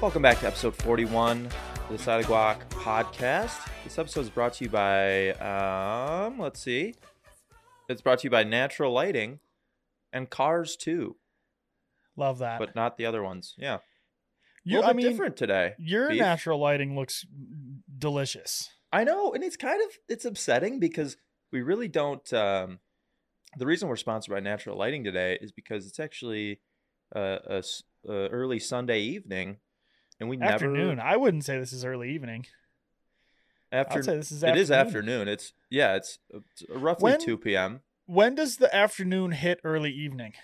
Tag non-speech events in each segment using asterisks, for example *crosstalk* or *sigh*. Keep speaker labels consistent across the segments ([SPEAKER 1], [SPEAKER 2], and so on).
[SPEAKER 1] Welcome back to episode 41 of the Side of Guac podcast. This episode is brought to you by, um, let's see, it's brought to you by Natural Lighting and Cars too,
[SPEAKER 2] Love that.
[SPEAKER 1] but not the other ones. Yeah, a
[SPEAKER 2] you,
[SPEAKER 1] little
[SPEAKER 2] I
[SPEAKER 1] bit
[SPEAKER 2] mean,
[SPEAKER 1] different today.
[SPEAKER 2] your
[SPEAKER 1] Beef.
[SPEAKER 2] natural lighting looks delicious.
[SPEAKER 1] I know, and it's kind of it's upsetting because we really don't. Um, the reason we're sponsored by Natural Lighting today is because it's actually uh, a, s- uh, early Sunday evening, and we
[SPEAKER 2] Afternoon. I wouldn't say this is early evening.
[SPEAKER 1] never after
[SPEAKER 2] I'd say this is
[SPEAKER 1] It
[SPEAKER 2] afternoon.
[SPEAKER 1] is afternoon. It's yeah, it's uh, t- roughly
[SPEAKER 2] When-
[SPEAKER 1] two p.m.
[SPEAKER 2] When does the afternoon hit early evening?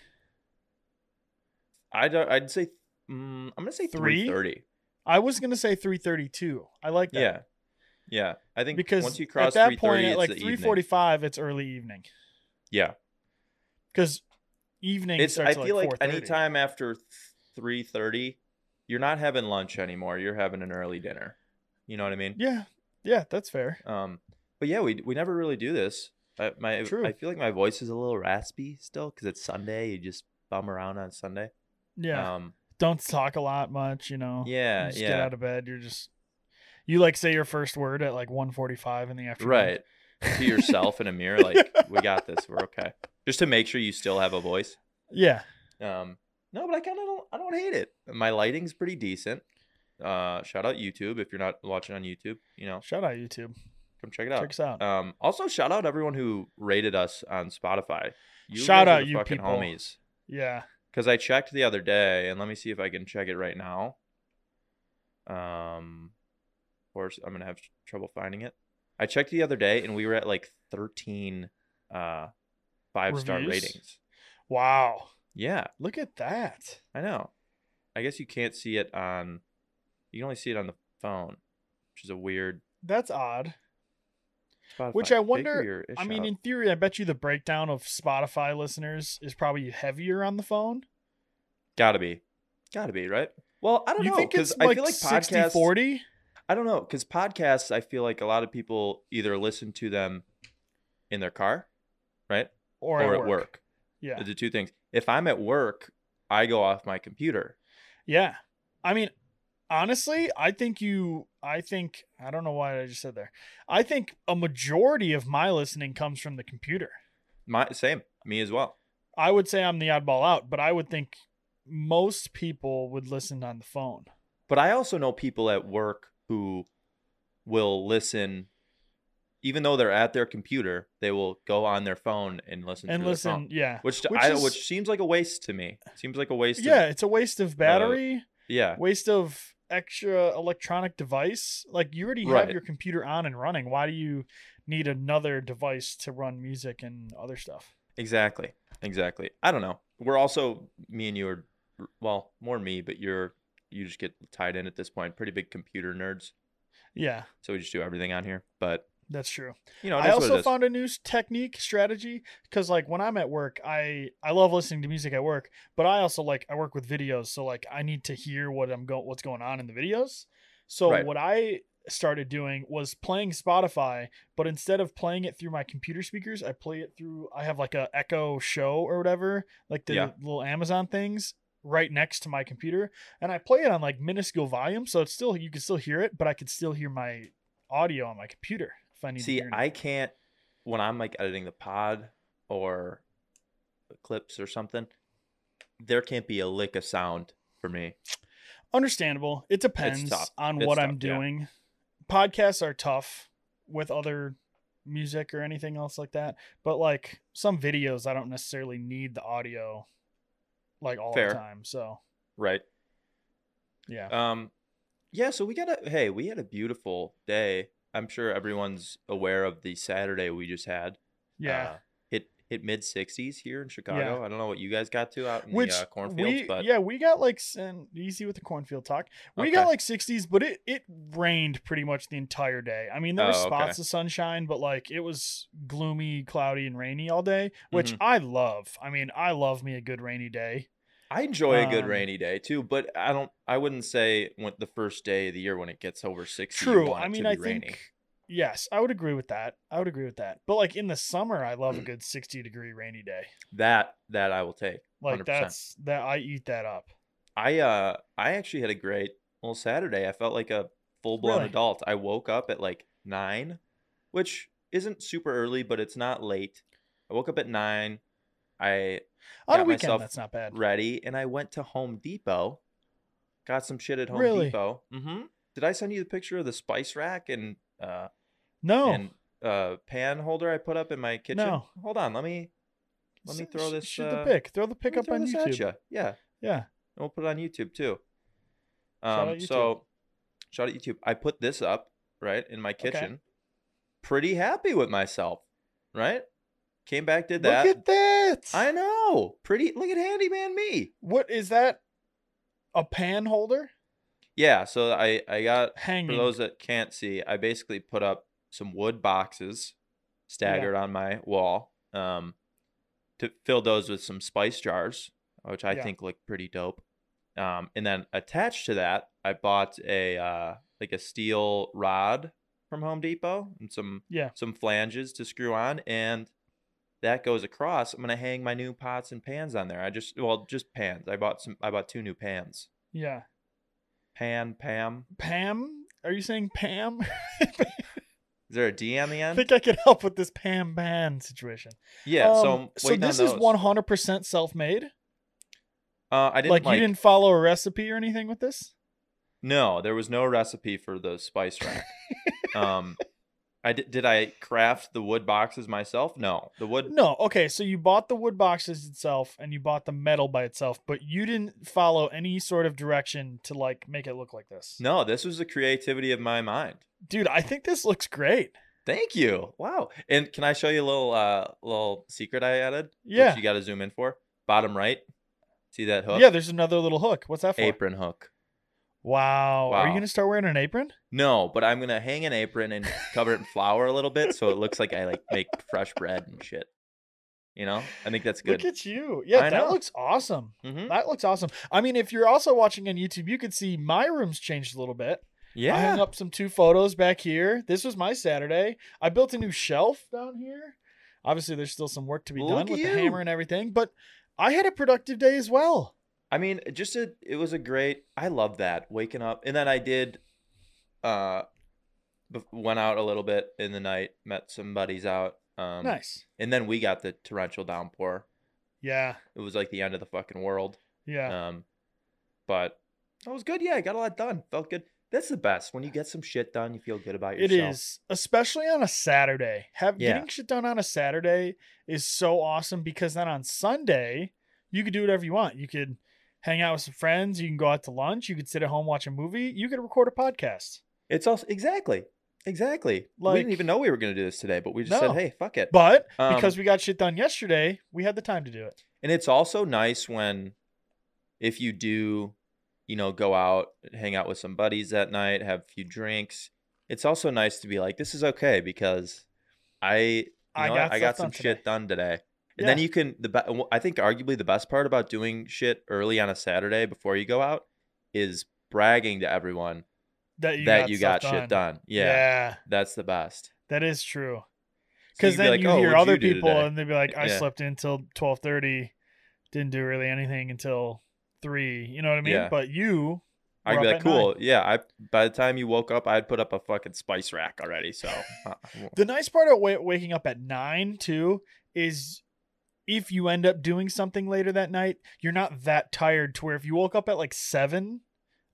[SPEAKER 1] I'd uh, I'd say mm, I'm gonna say
[SPEAKER 2] Three?
[SPEAKER 1] three thirty.
[SPEAKER 2] I was gonna say three thirty-two. I like that.
[SPEAKER 1] Yeah, yeah. I think
[SPEAKER 2] because
[SPEAKER 1] once you cross
[SPEAKER 2] at
[SPEAKER 1] three
[SPEAKER 2] that point,
[SPEAKER 1] thirty,
[SPEAKER 2] at
[SPEAKER 1] it's
[SPEAKER 2] like
[SPEAKER 1] the
[SPEAKER 2] three
[SPEAKER 1] evening.
[SPEAKER 2] forty-five, it's early evening
[SPEAKER 1] Yeah,
[SPEAKER 2] because evening
[SPEAKER 1] it's. I
[SPEAKER 2] starts
[SPEAKER 1] feel
[SPEAKER 2] at
[SPEAKER 1] like
[SPEAKER 2] like, 4:30.
[SPEAKER 1] anytime after three thirty, you're not having lunch anymore. You're having an early dinner. You know what I mean?
[SPEAKER 2] Yeah, yeah, that's fair.
[SPEAKER 1] Um, but yeah, we we never really do this. I, my
[SPEAKER 2] True.
[SPEAKER 1] I feel like my voice is a little raspy still because it's Sunday. You just bum around on Sunday.
[SPEAKER 2] Yeah,
[SPEAKER 1] Um,
[SPEAKER 2] don't talk a lot much. You know. You
[SPEAKER 1] yeah,
[SPEAKER 2] just get
[SPEAKER 1] yeah.
[SPEAKER 2] out of bed. You're just you like say your first word at like 1:45 in the afternoon.
[SPEAKER 1] Right. to yourself in a
[SPEAKER 2] *laughs*
[SPEAKER 1] mirror like we got this we're okay just to make sure you still have a voice
[SPEAKER 2] Yeah.
[SPEAKER 1] um no but i kind of don't i don't hate it my lighting's pretty decent uh shout out youtube if you're not watching on youtube you know
[SPEAKER 2] Shout out YouTube.
[SPEAKER 1] come check it
[SPEAKER 2] Check
[SPEAKER 1] out
[SPEAKER 2] us out.
[SPEAKER 1] um also shout out everyone who rated us on spotify
[SPEAKER 2] Shout
[SPEAKER 1] guys are
[SPEAKER 2] out,
[SPEAKER 1] the
[SPEAKER 2] you
[SPEAKER 1] fucking
[SPEAKER 2] people.
[SPEAKER 1] homies
[SPEAKER 2] yeah.
[SPEAKER 1] because i checked the other day and let me see if i can check it right now um of course i'm gonna have trouble finding it i checked the other day and we were at like 13 uh five star
[SPEAKER 2] Reviews?
[SPEAKER 1] ratings
[SPEAKER 2] Wow.
[SPEAKER 1] yeah
[SPEAKER 2] Look at that.
[SPEAKER 1] i know i guess you can't see it on you can only see it on the phone which is a weird
[SPEAKER 2] That's odd.
[SPEAKER 1] Spotify.
[SPEAKER 2] Which I
[SPEAKER 1] Figure
[SPEAKER 2] wonder-
[SPEAKER 1] your
[SPEAKER 2] I
[SPEAKER 1] ish
[SPEAKER 2] mean,
[SPEAKER 1] out.
[SPEAKER 2] in theory, I bet you the breakdown of Spotify listeners is probably heavier on the phone.
[SPEAKER 1] gotta be gotta be right well i don't
[SPEAKER 2] you
[SPEAKER 1] know
[SPEAKER 2] think it's
[SPEAKER 1] because
[SPEAKER 2] like,
[SPEAKER 1] i feel like
[SPEAKER 2] 60
[SPEAKER 1] podcasts
[SPEAKER 2] 40?
[SPEAKER 1] I don't know because podcasts. I feel like a lot of people either listen to them in their car, right,
[SPEAKER 2] Or,
[SPEAKER 1] at work.
[SPEAKER 2] Yeah.
[SPEAKER 1] The two things. If I'm at work, I go off my computer.
[SPEAKER 2] Yeah. I mean, honestly, I think you, I think, I don't know why I just said there. I think a majority of my listening comes from the computer.
[SPEAKER 1] My same, me as well.
[SPEAKER 2] I would say I'm the oddball out, but I would think most people would listen on the phone.
[SPEAKER 1] But I also know people at work who will listen, even though they're at their computer, they will go on their phone and listen
[SPEAKER 2] and
[SPEAKER 1] through their phone,
[SPEAKER 2] listen, yeah.
[SPEAKER 1] which, to-
[SPEAKER 2] which
[SPEAKER 1] I,
[SPEAKER 2] is-
[SPEAKER 1] which seems like a waste to me. Seems like a waste.
[SPEAKER 2] Yeah,
[SPEAKER 1] Of,
[SPEAKER 2] it's a waste of battery,
[SPEAKER 1] yeah.
[SPEAKER 2] waste of extra electronic device. Like you already have
[SPEAKER 1] Right.
[SPEAKER 2] your computer on and running. Why do you need another device to run music and other stuff?
[SPEAKER 1] Exactly. Exactly. I don't know. We're also me and you are well, more me, but you're you just get tied in at this point. Pretty big computer nerds.
[SPEAKER 2] Yeah,
[SPEAKER 1] So we just do everything on here. But
[SPEAKER 2] that's true.
[SPEAKER 1] you know,
[SPEAKER 2] I
[SPEAKER 1] that's what it
[SPEAKER 2] also
[SPEAKER 1] is.
[SPEAKER 2] found a new s- technique strategy because, like, when I'm at work, I I love listening to music at work, but I also like I work with videos, so like I need to hear what I'm going what's going on in the videos. So
[SPEAKER 1] Right.
[SPEAKER 2] what I started doing was playing Spotify, but instead of playing it through my computer speakers, I play it through I have like a Echo Show or whatever, like the
[SPEAKER 1] Yeah.
[SPEAKER 2] little Amazon things right next to my computer, and I play it on like minuscule volume, so it's still you can still hear it, but I could still hear my audio on my computer if I need to
[SPEAKER 1] See,
[SPEAKER 2] hear anything.
[SPEAKER 1] I can't when I'm like editing the pod or clips or something, there can't be a lick of sound for me.
[SPEAKER 2] understandable. It depends
[SPEAKER 1] tough.
[SPEAKER 2] on
[SPEAKER 1] It's
[SPEAKER 2] what
[SPEAKER 1] tough,
[SPEAKER 2] I'm
[SPEAKER 1] yeah.
[SPEAKER 2] doing. Podcasts are tough with other music or anything else like that. But like some videos, I don't necessarily need the audio like all
[SPEAKER 1] Fair.
[SPEAKER 2] the time. So
[SPEAKER 1] Right.
[SPEAKER 2] yeah,
[SPEAKER 1] Um, yeah, so we got a hey, we had a beautiful day. I'm sure everyone's aware of the Saturday we just had.
[SPEAKER 2] yeah.
[SPEAKER 1] uh, hit hit mid sixties here in Chicago. I don't know what you guys got to out in
[SPEAKER 2] Which
[SPEAKER 1] the uh, cornfields,
[SPEAKER 2] we
[SPEAKER 1] but
[SPEAKER 2] yeah we got like s- and easy with the cornfield talk. We got
[SPEAKER 1] Okay.
[SPEAKER 2] like 60s, but it it rained pretty much the entire day. I mean, there were
[SPEAKER 1] Oh, okay.
[SPEAKER 2] spots of sunshine, but like it was gloomy, cloudy, and rainy all day, which
[SPEAKER 1] Mm-hmm.
[SPEAKER 2] I love. I mean, I love me a good rainy day.
[SPEAKER 1] I enjoy a good
[SPEAKER 2] um,
[SPEAKER 1] rainy day too. But I don't. I wouldn't say when the first day of the year when it gets over sixty. you
[SPEAKER 2] True.
[SPEAKER 1] want
[SPEAKER 2] I
[SPEAKER 1] it to
[SPEAKER 2] mean,
[SPEAKER 1] be
[SPEAKER 2] I
[SPEAKER 1] rainy.
[SPEAKER 2] think yes, I would agree with that. I would agree with that. But like in the summer,
[SPEAKER 1] *clears throat*
[SPEAKER 2] I love a good sixty degree rainy day.
[SPEAKER 1] that that I will take.
[SPEAKER 2] Like
[SPEAKER 1] 100%.
[SPEAKER 2] that's that I eat that up.
[SPEAKER 1] I uh I actually had a great well Saturday. I felt like a full blown
[SPEAKER 2] Really?
[SPEAKER 1] adult. I woke up at like nine, which isn't super early, but it's not late. I woke up at nine. I
[SPEAKER 2] On a
[SPEAKER 1] Got
[SPEAKER 2] weekend,
[SPEAKER 1] myself
[SPEAKER 2] that's not bad.
[SPEAKER 1] ready and I went to Home Depot. Got some shit at Home
[SPEAKER 2] Really?
[SPEAKER 1] Depot. Mm-hmm. Did I send you the picture of the spice rack and uh
[SPEAKER 2] No,
[SPEAKER 1] and uh pan holder I put up in my kitchen?
[SPEAKER 2] No.
[SPEAKER 1] Hold on, let me let me
[SPEAKER 2] S-
[SPEAKER 1] throw
[SPEAKER 2] sh-
[SPEAKER 1] this,
[SPEAKER 2] Shoot
[SPEAKER 1] uh,
[SPEAKER 2] the pick. Throw the
[SPEAKER 1] let
[SPEAKER 2] pick
[SPEAKER 1] me
[SPEAKER 2] up
[SPEAKER 1] throw
[SPEAKER 2] on
[SPEAKER 1] this at
[SPEAKER 2] YouTube.
[SPEAKER 1] ya. Yeah.
[SPEAKER 2] Yeah.
[SPEAKER 1] And we'll put it on YouTube too. Um,
[SPEAKER 2] Shout out
[SPEAKER 1] So, shout out YouTube. I put this up right in my
[SPEAKER 2] Okay.
[SPEAKER 1] kitchen. Pretty happy with myself, right? Came back, did that.
[SPEAKER 2] Look at that.
[SPEAKER 1] I know. Pretty. Look at handyman me.
[SPEAKER 2] What is that? A pan holder
[SPEAKER 1] Yeah. So I I got for
[SPEAKER 2] hanging.
[SPEAKER 1] those that can't see, I basically put up some wood boxes staggered on my wall. Um, to fill those with some spice jars, which I
[SPEAKER 2] Yeah.
[SPEAKER 1] think look pretty dope. Um, and then attached to that, I bought a uh, like a steel rod from Home Depot and some
[SPEAKER 2] Yeah.
[SPEAKER 1] some flanges to screw on, and that goes across. I'm gonna hang my new pots and pans on there. I just well just pans. I bought some. I bought two new pans.
[SPEAKER 2] Yeah.
[SPEAKER 1] Pan Pam.
[SPEAKER 2] Pam. Are you saying Pam? *laughs*
[SPEAKER 1] Is there a D on the
[SPEAKER 2] I
[SPEAKER 1] end?
[SPEAKER 2] think I can help with this Pam Pan situation.
[SPEAKER 1] Yeah, so
[SPEAKER 2] Um,
[SPEAKER 1] I'm
[SPEAKER 2] so
[SPEAKER 1] waiting on
[SPEAKER 2] this is
[SPEAKER 1] those.
[SPEAKER 2] one hundred percent self made.
[SPEAKER 1] Uh, I didn't
[SPEAKER 2] Like,
[SPEAKER 1] like,
[SPEAKER 2] you didn't follow a recipe or anything with this.
[SPEAKER 1] No, there was no recipe for the spice
[SPEAKER 2] *laughs*
[SPEAKER 1] rack. um, I did. Did I craft the wood boxes myself? No, the wood.
[SPEAKER 2] No. Okay. So you bought the wood boxes itself and you bought the metal by itself, but you didn't follow any sort of direction to like make it look like this.
[SPEAKER 1] No, this was the creativity of my mind.
[SPEAKER 2] Dude, I think this looks great.
[SPEAKER 1] Thank you. Wow. And can I show you a little uh little secret I added? which
[SPEAKER 2] Yeah.
[SPEAKER 1] you got to zoom in for bottom right. See that hook?
[SPEAKER 2] Yeah, there's another little hook. What's that for?
[SPEAKER 1] Apron hook.
[SPEAKER 2] Wow. Are you
[SPEAKER 1] Wow.
[SPEAKER 2] gonna start wearing an apron?
[SPEAKER 1] No, but I'm gonna hang an apron and cover it in flour a little bit, so it looks like I like make fresh bread and shit. You know, I think that's good.
[SPEAKER 2] Look at you. Yeah,
[SPEAKER 1] I
[SPEAKER 2] that
[SPEAKER 1] know.
[SPEAKER 2] looks awesome.
[SPEAKER 1] hmm
[SPEAKER 2] That looks awesome. I mean, if you're also watching on YouTube, you could see my room's changed a little bit.
[SPEAKER 1] Yeah.
[SPEAKER 2] I hung up some two photos back here. This was my Saturday. I built a new shelf down here. Obviously, there's still some work to be done
[SPEAKER 1] Look at
[SPEAKER 2] with the
[SPEAKER 1] you.
[SPEAKER 2] hammer and everything, but I had a productive day as well.
[SPEAKER 1] I mean, it just a, it was a great. I love that waking up, and then I did, uh, bef- went out a little bit in the night, met some buddies out, um,
[SPEAKER 2] nice.
[SPEAKER 1] and then we got the torrential downpour.
[SPEAKER 2] Yeah.
[SPEAKER 1] It was like the end of the fucking world.
[SPEAKER 2] Yeah.
[SPEAKER 1] Um, but that was good. Yeah, I got a lot done. Felt good. That's the best when you get some shit done. You feel good about
[SPEAKER 2] It
[SPEAKER 1] uh, yourself.
[SPEAKER 2] is, especially on a Saturday. Have
[SPEAKER 1] Yeah.
[SPEAKER 2] getting shit done on a Saturday is so awesome because then on Sunday you could do whatever you want. You could hang out with some friends. You can go out to lunch. You could sit at home watch a movie. You could record a podcast.
[SPEAKER 1] It's also exactly, exactly. we
[SPEAKER 2] Like-
[SPEAKER 1] didn't even know we were gonna do this today, but we just
[SPEAKER 2] No.
[SPEAKER 1] said, hey, fuck it.
[SPEAKER 2] But
[SPEAKER 1] Um,
[SPEAKER 2] because we got shit done yesterday, we had the time to do it.
[SPEAKER 1] And it's also nice when if you do, you know, go out, hang out with some buddies that night, have a few drinks. It's also nice to be like, this is okay because I you
[SPEAKER 2] I
[SPEAKER 1] know
[SPEAKER 2] got
[SPEAKER 1] what? I
[SPEAKER 2] stuff
[SPEAKER 1] got some
[SPEAKER 2] done today.
[SPEAKER 1] shit done today. And then
[SPEAKER 2] Yeah.
[SPEAKER 1] you can the be- I think arguably the best part about doing shit early on a Saturday before you go out is bragging to everyone
[SPEAKER 2] That you
[SPEAKER 1] that
[SPEAKER 2] got
[SPEAKER 1] you
[SPEAKER 2] stuff
[SPEAKER 1] got shit done. Yeah, that's the best.
[SPEAKER 2] that is true.
[SPEAKER 1] So
[SPEAKER 2] Because
[SPEAKER 1] you'd be
[SPEAKER 2] then
[SPEAKER 1] like,
[SPEAKER 2] you
[SPEAKER 1] "Oh,
[SPEAKER 2] hear
[SPEAKER 1] what'd
[SPEAKER 2] other
[SPEAKER 1] you do
[SPEAKER 2] people
[SPEAKER 1] today?"
[SPEAKER 2] and they'd be like, "I
[SPEAKER 1] Yeah.
[SPEAKER 2] slept in till twelve thirty, didn't do really anything until three. You know what I mean?
[SPEAKER 1] Yeah.
[SPEAKER 2] But you
[SPEAKER 1] I'd
[SPEAKER 2] We're
[SPEAKER 1] be
[SPEAKER 2] up
[SPEAKER 1] like,
[SPEAKER 2] at nine.
[SPEAKER 1] cool, yeah. I by the time you woke up, I'd put up a fucking spice rack already.
[SPEAKER 2] *laughs*
[SPEAKER 1] So uh,
[SPEAKER 2] The nice part of wa- waking up at nine too is if you end up doing something later that night, you're not that tired to where if you woke up at like seven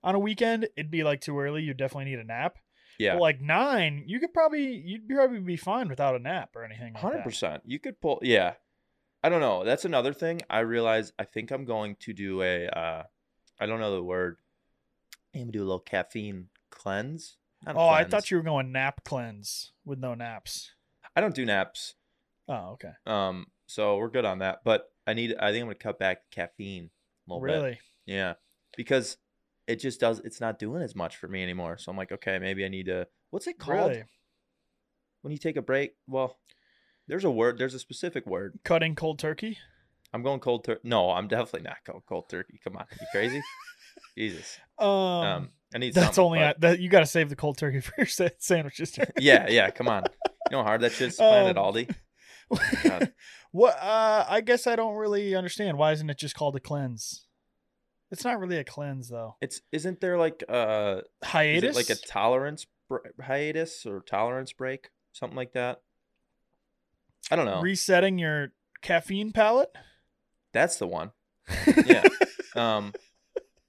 [SPEAKER 2] on a weekend, it'd be like too early. You definitely need a nap.
[SPEAKER 1] yeah,
[SPEAKER 2] But like nine, you could probably you'd probably be fine without a nap or anything. Like
[SPEAKER 1] hundred
[SPEAKER 2] 100
[SPEAKER 1] percent. You could pull, yeah. I don't know. That's another thing. I realize. I think I'm going to do a. Uh, I don't know the word. I'm gonna do a little caffeine cleanse. Not a
[SPEAKER 2] Oh, I
[SPEAKER 1] cleanse.
[SPEAKER 2] thought you were going nap cleanse with no naps.
[SPEAKER 1] I don't do naps,
[SPEAKER 2] Oh, okay.
[SPEAKER 1] um, so we're good on that. But I need. I think I'm gonna cut back caffeine a little bit.
[SPEAKER 2] Really?
[SPEAKER 1] Yeah, because it just does. It's not doing as much for me anymore. So I'm like, okay, maybe I need to. What's it called?
[SPEAKER 2] Really?
[SPEAKER 1] when you take a break, well, there's a word, there's a specific word.
[SPEAKER 2] Cutting cold turkey?
[SPEAKER 1] I'm going cold turkey. No, I'm definitely not going cold turkey. Come on, you
[SPEAKER 2] *laughs*
[SPEAKER 1] crazy? Jesus.
[SPEAKER 2] Um,
[SPEAKER 1] Um, I need.
[SPEAKER 2] that's
[SPEAKER 1] something,
[SPEAKER 2] only
[SPEAKER 1] but-
[SPEAKER 2] at, that you got to save the cold turkey *laughs* for your sa- sandwiches. dude.
[SPEAKER 1] *laughs*
[SPEAKER 2] *laughs*
[SPEAKER 1] yeah, yeah. Come on. You know how hard that shit's playing at
[SPEAKER 2] Um,
[SPEAKER 1] Aldi. God.
[SPEAKER 2] what uh I guess I don't really understand. Why isn't it just called a cleanse? It's not really a cleanse though.
[SPEAKER 1] It's isn't there like uh is it
[SPEAKER 2] Hiatus.
[SPEAKER 1] like a tolerance br- hiatus or tolerance break, something like that? I don't know.
[SPEAKER 2] resetting your caffeine palette.
[SPEAKER 1] That's the one.
[SPEAKER 2] *laughs*
[SPEAKER 1] Yeah. Um,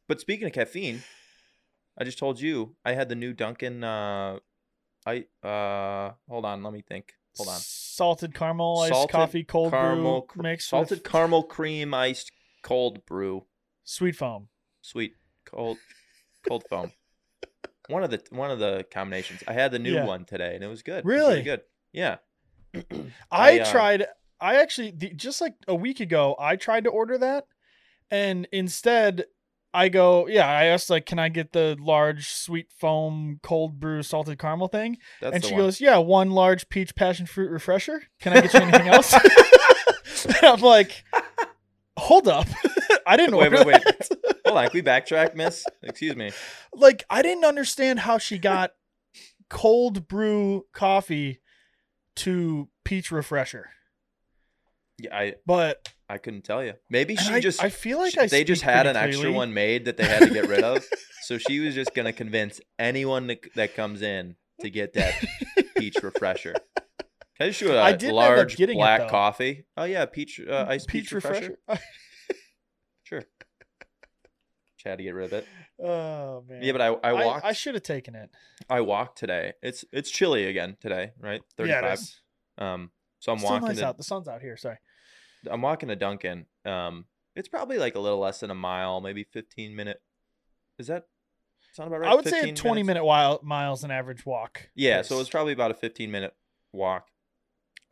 [SPEAKER 1] but speaking of caffeine, I just told you I had the new Dunkin'. Uh, I uh, hold on, let me think. Hold on.
[SPEAKER 2] Salted caramel iced
[SPEAKER 1] Salted
[SPEAKER 2] coffee cold
[SPEAKER 1] caramel
[SPEAKER 2] brew
[SPEAKER 1] cr-
[SPEAKER 2] mixed
[SPEAKER 1] Salted
[SPEAKER 2] salted with
[SPEAKER 1] caramel cream iced cold brew,
[SPEAKER 2] sweet foam.
[SPEAKER 1] sweet cold cold foam. One of the one of the combinations. I had the new
[SPEAKER 2] Yeah.
[SPEAKER 1] one today, and it was good. It was really
[SPEAKER 2] Really?
[SPEAKER 1] good. Yeah.
[SPEAKER 2] I,
[SPEAKER 1] I, uh,
[SPEAKER 2] tried. I actually the, just like a week ago. I tried to order that, and instead, I go. Yeah, I asked like, can I get the large sweet foam cold brew salted caramel thing?
[SPEAKER 1] That's
[SPEAKER 2] and
[SPEAKER 1] the
[SPEAKER 2] she
[SPEAKER 1] one.
[SPEAKER 2] goes, yeah, one large peach passion fruit refresher. Can I get you
[SPEAKER 1] *laughs*
[SPEAKER 2] anything else? *laughs* And I'm like, hold up. *laughs* I didn't
[SPEAKER 1] Wait,
[SPEAKER 2] order
[SPEAKER 1] wait, wait.
[SPEAKER 2] that. *laughs*
[SPEAKER 1] Hold on, can we backtrack, miss? Excuse me.
[SPEAKER 2] like I didn't understand how she got cold brew coffee to peach refresher.
[SPEAKER 1] Yeah, I
[SPEAKER 2] But
[SPEAKER 1] I couldn't tell you. Maybe she
[SPEAKER 2] I,
[SPEAKER 1] just
[SPEAKER 2] I feel like
[SPEAKER 1] she-
[SPEAKER 2] I
[SPEAKER 1] they just
[SPEAKER 2] speak
[SPEAKER 1] had an
[SPEAKER 2] pretty
[SPEAKER 1] extra
[SPEAKER 2] clearly.
[SPEAKER 1] one made that they had to get rid
[SPEAKER 2] *laughs*
[SPEAKER 1] of. so she was just gonna convince anyone that, that comes in to get that
[SPEAKER 2] *laughs*
[SPEAKER 1] peach refresher. Can I just do a
[SPEAKER 2] I did end up
[SPEAKER 1] large
[SPEAKER 2] getting it,
[SPEAKER 1] black
[SPEAKER 2] though. Mm,
[SPEAKER 1] coffee? Oh yeah, peach uh, iced peach, refresher. Sure. She had to get rid of it.
[SPEAKER 2] *laughs* Oh man.
[SPEAKER 1] Yeah, but I I walked
[SPEAKER 2] I,
[SPEAKER 1] I,
[SPEAKER 2] should have taken it.
[SPEAKER 1] walked today. It's it's chilly again today, right? Thirty
[SPEAKER 2] Yeah, it
[SPEAKER 1] five.
[SPEAKER 2] is.
[SPEAKER 1] um so I'm
[SPEAKER 2] Still
[SPEAKER 1] walking
[SPEAKER 2] nice
[SPEAKER 1] to
[SPEAKER 2] out. The sun's out here. Sorry.
[SPEAKER 1] I'm walking to Duncan. Um, it's probably like a little less than a mile, maybe 15 minute. Is that sound about right?
[SPEAKER 2] I would say a
[SPEAKER 1] 15
[SPEAKER 2] twenty
[SPEAKER 1] minutes?
[SPEAKER 2] minute while, miles an average walk.
[SPEAKER 1] Yeah,
[SPEAKER 2] is.
[SPEAKER 1] so it's probably about a 15 minute walk.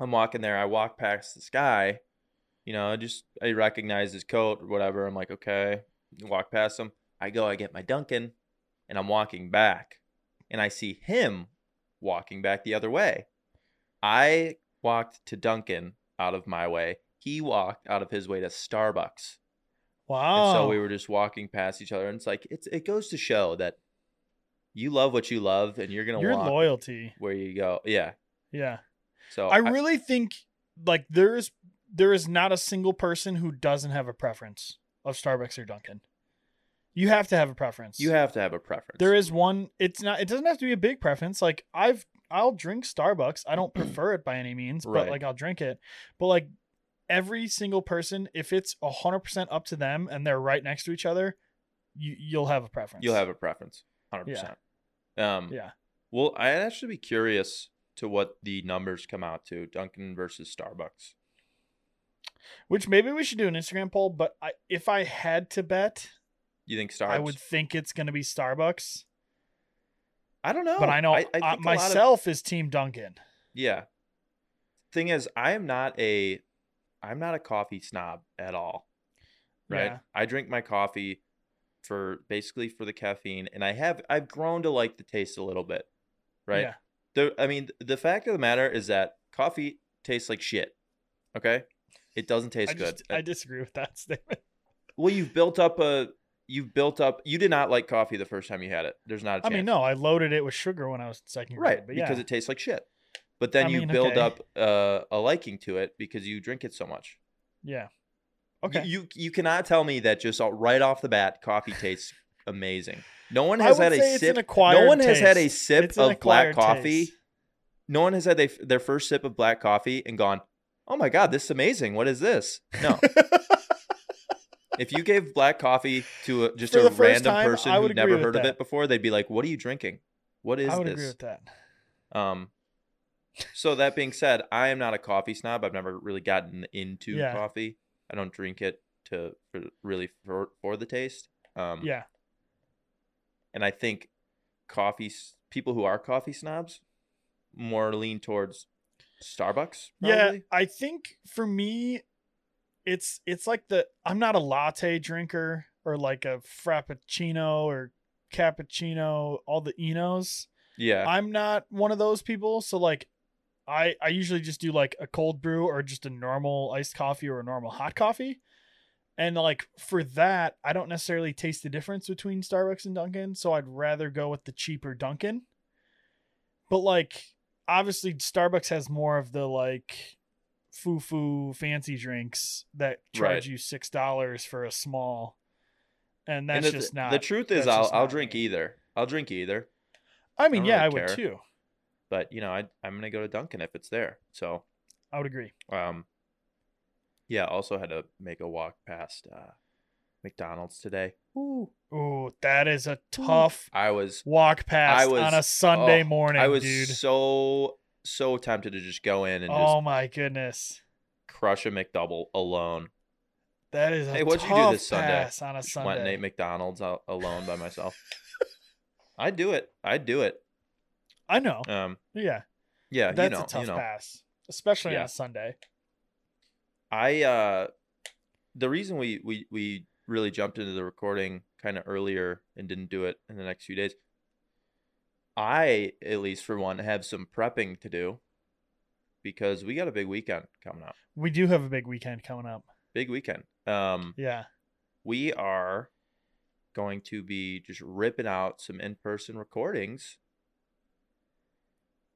[SPEAKER 1] I'm walking there. I walk past this guy. You know, I just I recognize his coat or whatever. I'm like, okay. Walk past him. I go. I get my Duncan, and I'm walking back, and I see him walking back the other way. I walked to Duncan out of my way. He walked out of his way to Starbucks.
[SPEAKER 2] wow.
[SPEAKER 1] And so
[SPEAKER 2] Oh.
[SPEAKER 1] we were just walking past each other, and it's like it's it goes to show that you love what you love, and you're gonna
[SPEAKER 2] Your
[SPEAKER 1] walk
[SPEAKER 2] loyalty.
[SPEAKER 1] where you go. Yeah.
[SPEAKER 2] Yeah.
[SPEAKER 1] So
[SPEAKER 2] I really think like there is there is not a single person who doesn't have a preference of Starbucks or Dunkin'. You have to have a preference.
[SPEAKER 1] you have to have a preference.
[SPEAKER 2] there is one. It's not. It doesn't have to be a big preference. Like I've I'll drink Starbucks.
[SPEAKER 1] *clears throat*
[SPEAKER 2] I don't prefer it by any means,
[SPEAKER 1] Right.
[SPEAKER 2] but like I'll drink it. But like every single person, if it's hundred percent up to them and they're right next to each other, you you'll have a preference.
[SPEAKER 1] You'll have a preference, hundred percent. Um.
[SPEAKER 2] Yeah.
[SPEAKER 1] Well, I'd actually be curious to what the numbers come out to Duncan versus Starbucks.
[SPEAKER 2] Which maybe we should do an Instagram poll. But I, if I had to bet,
[SPEAKER 1] You think Starbucks?
[SPEAKER 2] I would think it's going to be Starbucks.
[SPEAKER 1] I don't know.
[SPEAKER 2] but I know
[SPEAKER 1] think a
[SPEAKER 2] uh,
[SPEAKER 1] lot of-
[SPEAKER 2] myself is Team Duncan.
[SPEAKER 1] yeah. Thing is, I am not a, I'm not a coffee snob at all. right
[SPEAKER 2] Yeah.
[SPEAKER 1] i drink my coffee for basically for the caffeine and i have i've grown to like the taste a little bit right
[SPEAKER 2] Yeah.
[SPEAKER 1] the i mean the fact of the matter is that coffee tastes like shit okay it doesn't taste
[SPEAKER 2] I,
[SPEAKER 1] good
[SPEAKER 2] just, I disagree with that *laughs* statement.
[SPEAKER 1] well you've built up a you've built up you did not like coffee the first time you had it there's not a
[SPEAKER 2] I
[SPEAKER 1] chance
[SPEAKER 2] mean, no, I loaded it with sugar when I was in second grade.
[SPEAKER 1] right
[SPEAKER 2] But
[SPEAKER 1] because
[SPEAKER 2] yeah.
[SPEAKER 1] it tastes like shit but then
[SPEAKER 2] I
[SPEAKER 1] you
[SPEAKER 2] mean,
[SPEAKER 1] build
[SPEAKER 2] okay.
[SPEAKER 1] up uh, a liking to it because you drink it so much
[SPEAKER 2] yeah.
[SPEAKER 1] You-
[SPEAKER 2] Okay.
[SPEAKER 1] You, you cannot tell me that just all, right off the bat coffee tastes
[SPEAKER 2] *laughs*
[SPEAKER 1] amazing. No one
[SPEAKER 2] I
[SPEAKER 1] has
[SPEAKER 2] would
[SPEAKER 1] had
[SPEAKER 2] say
[SPEAKER 1] a
[SPEAKER 2] it's
[SPEAKER 1] sip.
[SPEAKER 2] an acquired
[SPEAKER 1] no one has had a
[SPEAKER 2] taste.
[SPEAKER 1] sip
[SPEAKER 2] It's an
[SPEAKER 1] of black
[SPEAKER 2] acquired
[SPEAKER 1] coffee.
[SPEAKER 2] taste.
[SPEAKER 1] No one has had a, their first sip of black coffee and gone, "Oh my god, this is amazing. What is this?"
[SPEAKER 2] *laughs*
[SPEAKER 1] No. if you gave black coffee to a, just
[SPEAKER 2] For
[SPEAKER 1] a
[SPEAKER 2] the first
[SPEAKER 1] random
[SPEAKER 2] time,
[SPEAKER 1] person
[SPEAKER 2] I
[SPEAKER 1] who
[SPEAKER 2] would agree
[SPEAKER 1] never
[SPEAKER 2] with
[SPEAKER 1] heard of
[SPEAKER 2] that.
[SPEAKER 1] it before, they'd be like, "What are you drinking? What is
[SPEAKER 2] I would
[SPEAKER 1] this?"
[SPEAKER 2] agree with that.
[SPEAKER 1] Um, so that being said, I am not a coffee snob. I've never really gotten into
[SPEAKER 2] Yeah.
[SPEAKER 1] coffee. I don't drink it to for, really for for the taste. Um,
[SPEAKER 2] Yeah.
[SPEAKER 1] and I think coffee s- people who are coffee snobs more lean towards Starbucks.
[SPEAKER 2] Yeah.
[SPEAKER 1] Probably.
[SPEAKER 2] I think for me, it's it's like the I'm not a latte drinker or like a frappuccino or cappuccino, all the enos.
[SPEAKER 1] Yeah,
[SPEAKER 2] I'm not one of those people. So like I I usually just do like a cold brew or just a normal iced coffee or a normal hot coffee. And like for that, I don't necessarily taste the difference between Starbucks and Dunkin', so I'd rather go with the cheaper Dunkin'. But like obviously Starbucks has more of the like foo-foo fancy drinks that charge
[SPEAKER 1] Right.
[SPEAKER 2] you six dollars for a small and that's
[SPEAKER 1] the,
[SPEAKER 2] just not.
[SPEAKER 1] the truth is
[SPEAKER 2] that's
[SPEAKER 1] I'll
[SPEAKER 2] just
[SPEAKER 1] I'll
[SPEAKER 2] not
[SPEAKER 1] drink
[SPEAKER 2] me.
[SPEAKER 1] either. I'll drink either.
[SPEAKER 2] I mean,
[SPEAKER 1] I don't
[SPEAKER 2] yeah,
[SPEAKER 1] really
[SPEAKER 2] I would
[SPEAKER 1] care.
[SPEAKER 2] too.
[SPEAKER 1] But you know, I I'm gonna go to Dunkin' if it's there. So
[SPEAKER 2] I would agree.
[SPEAKER 1] Um, yeah, also had to make a walk past uh, McDonald's today. Ooh,
[SPEAKER 2] Ooh, that is a tough
[SPEAKER 1] I was
[SPEAKER 2] walk past
[SPEAKER 1] was-
[SPEAKER 2] on a Sunday
[SPEAKER 1] oh,
[SPEAKER 2] morning,
[SPEAKER 1] I was
[SPEAKER 2] dude.
[SPEAKER 1] so so tempted to just go in and
[SPEAKER 2] Oh my goodness,
[SPEAKER 1] just crush a McDouble alone.
[SPEAKER 2] that is a
[SPEAKER 1] Hey, what'd you do
[SPEAKER 2] tough
[SPEAKER 1] this Sunday?
[SPEAKER 2] pass on a
[SPEAKER 1] Just went and
[SPEAKER 2] Sunday.
[SPEAKER 1] ate McDonald's al- alone by myself. I'd do it. I'd do it.
[SPEAKER 2] I know.
[SPEAKER 1] Um,
[SPEAKER 2] Yeah,
[SPEAKER 1] yeah,
[SPEAKER 2] that's
[SPEAKER 1] you know,
[SPEAKER 2] a tough
[SPEAKER 1] you know.
[SPEAKER 2] pass, especially on
[SPEAKER 1] Yeah.
[SPEAKER 2] a Sunday.
[SPEAKER 1] I uh the reason we we we really jumped into the recording kind of earlier and didn't do it in the next few days. I at least for one have some prepping to do because we got a big weekend coming up.
[SPEAKER 2] We do have a big weekend coming up.
[SPEAKER 1] Big weekend. Um
[SPEAKER 2] Yeah,
[SPEAKER 1] we are going to be just ripping out some in-person recordings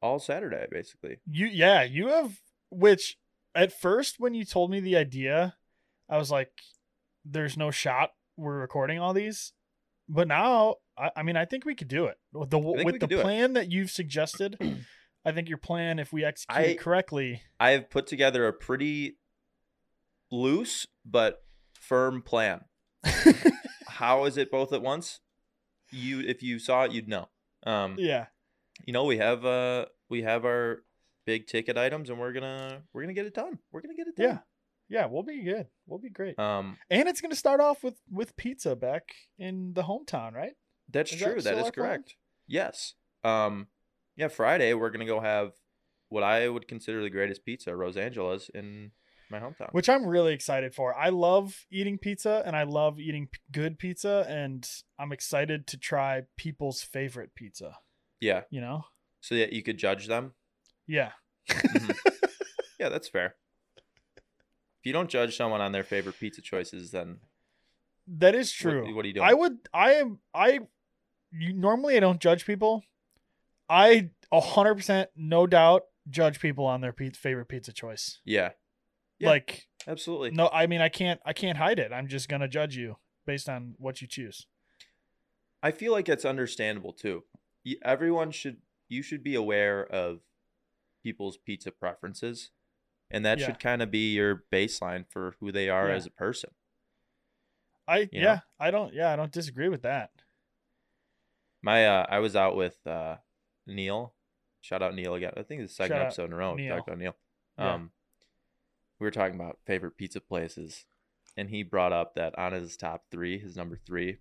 [SPEAKER 1] all Saturday basically.
[SPEAKER 2] you. Yeah, you have. Which at first, when you told me the idea, I was like, "There's no shot. We're recording all these." But now, I, I mean, I think we could do it with the
[SPEAKER 1] think we
[SPEAKER 2] with the
[SPEAKER 1] could do it.
[SPEAKER 2] plan that you've suggested.
[SPEAKER 1] *clears throat*
[SPEAKER 2] I think your plan, if we execute
[SPEAKER 1] I-
[SPEAKER 2] it
[SPEAKER 1] *laughs*
[SPEAKER 2] correctly,
[SPEAKER 1] I have put together a pretty loose but firm plan. How is it both at once? You, if you saw it, you'd know. Um,
[SPEAKER 2] yeah,
[SPEAKER 1] you know, we have uh, we have our big ticket items, and we're gonna we're gonna get it done. We're gonna get it
[SPEAKER 2] yeah,
[SPEAKER 1] done.
[SPEAKER 2] yeah, we'll be good. We'll be great.
[SPEAKER 1] Yeah. Um,
[SPEAKER 2] and it's gonna start off with with pizza back in the hometown, right?
[SPEAKER 1] that's
[SPEAKER 2] Is that
[SPEAKER 1] true. that
[SPEAKER 2] still
[SPEAKER 1] is
[SPEAKER 2] our plan?
[SPEAKER 1] correct. Yes. Um, yeah. Friday, we're gonna go have what I would consider the greatest pizza, Rose Angela's, in my hometown.
[SPEAKER 2] Which I'm really excited for. I love eating pizza, and I love eating p- good pizza, and I'm excited to try people's favorite pizza.
[SPEAKER 1] yeah.
[SPEAKER 2] You know?
[SPEAKER 1] So that you could judge them.
[SPEAKER 2] Yeah,
[SPEAKER 1] Yeah, that's fair. If you don't judge someone on their favorite pizza choices, then
[SPEAKER 2] that is
[SPEAKER 1] what-
[SPEAKER 2] true.
[SPEAKER 1] What, are you doing?
[SPEAKER 2] I would. I am. I. You, normally, I don't judge people. I 100% no doubt judge people on their pe- favorite pizza choice.
[SPEAKER 1] yeah, Yeah.
[SPEAKER 2] Like
[SPEAKER 1] absolutely.
[SPEAKER 2] No, I mean I can't I can't hide it. I'm just gonna judge you based on what you choose.
[SPEAKER 1] I feel like it's understandable too. Y- Everyone should you should be aware of people's pizza preferences, and that
[SPEAKER 2] Yeah.
[SPEAKER 1] should kind of be your baseline for who they are
[SPEAKER 2] Yeah.
[SPEAKER 1] as a person.
[SPEAKER 2] I
[SPEAKER 1] You know?
[SPEAKER 2] yeah, I don't yeah, I don't disagree with that.
[SPEAKER 1] My uh, I was out with uh, Neil. Shout out Neil again. I think it's the second
[SPEAKER 2] Shout out
[SPEAKER 1] episode in a row we
[SPEAKER 2] Neil.
[SPEAKER 1] talked about Neil.
[SPEAKER 2] Yeah.
[SPEAKER 1] Um, we were talking about favorite pizza places, and he brought up that on his top three, his number three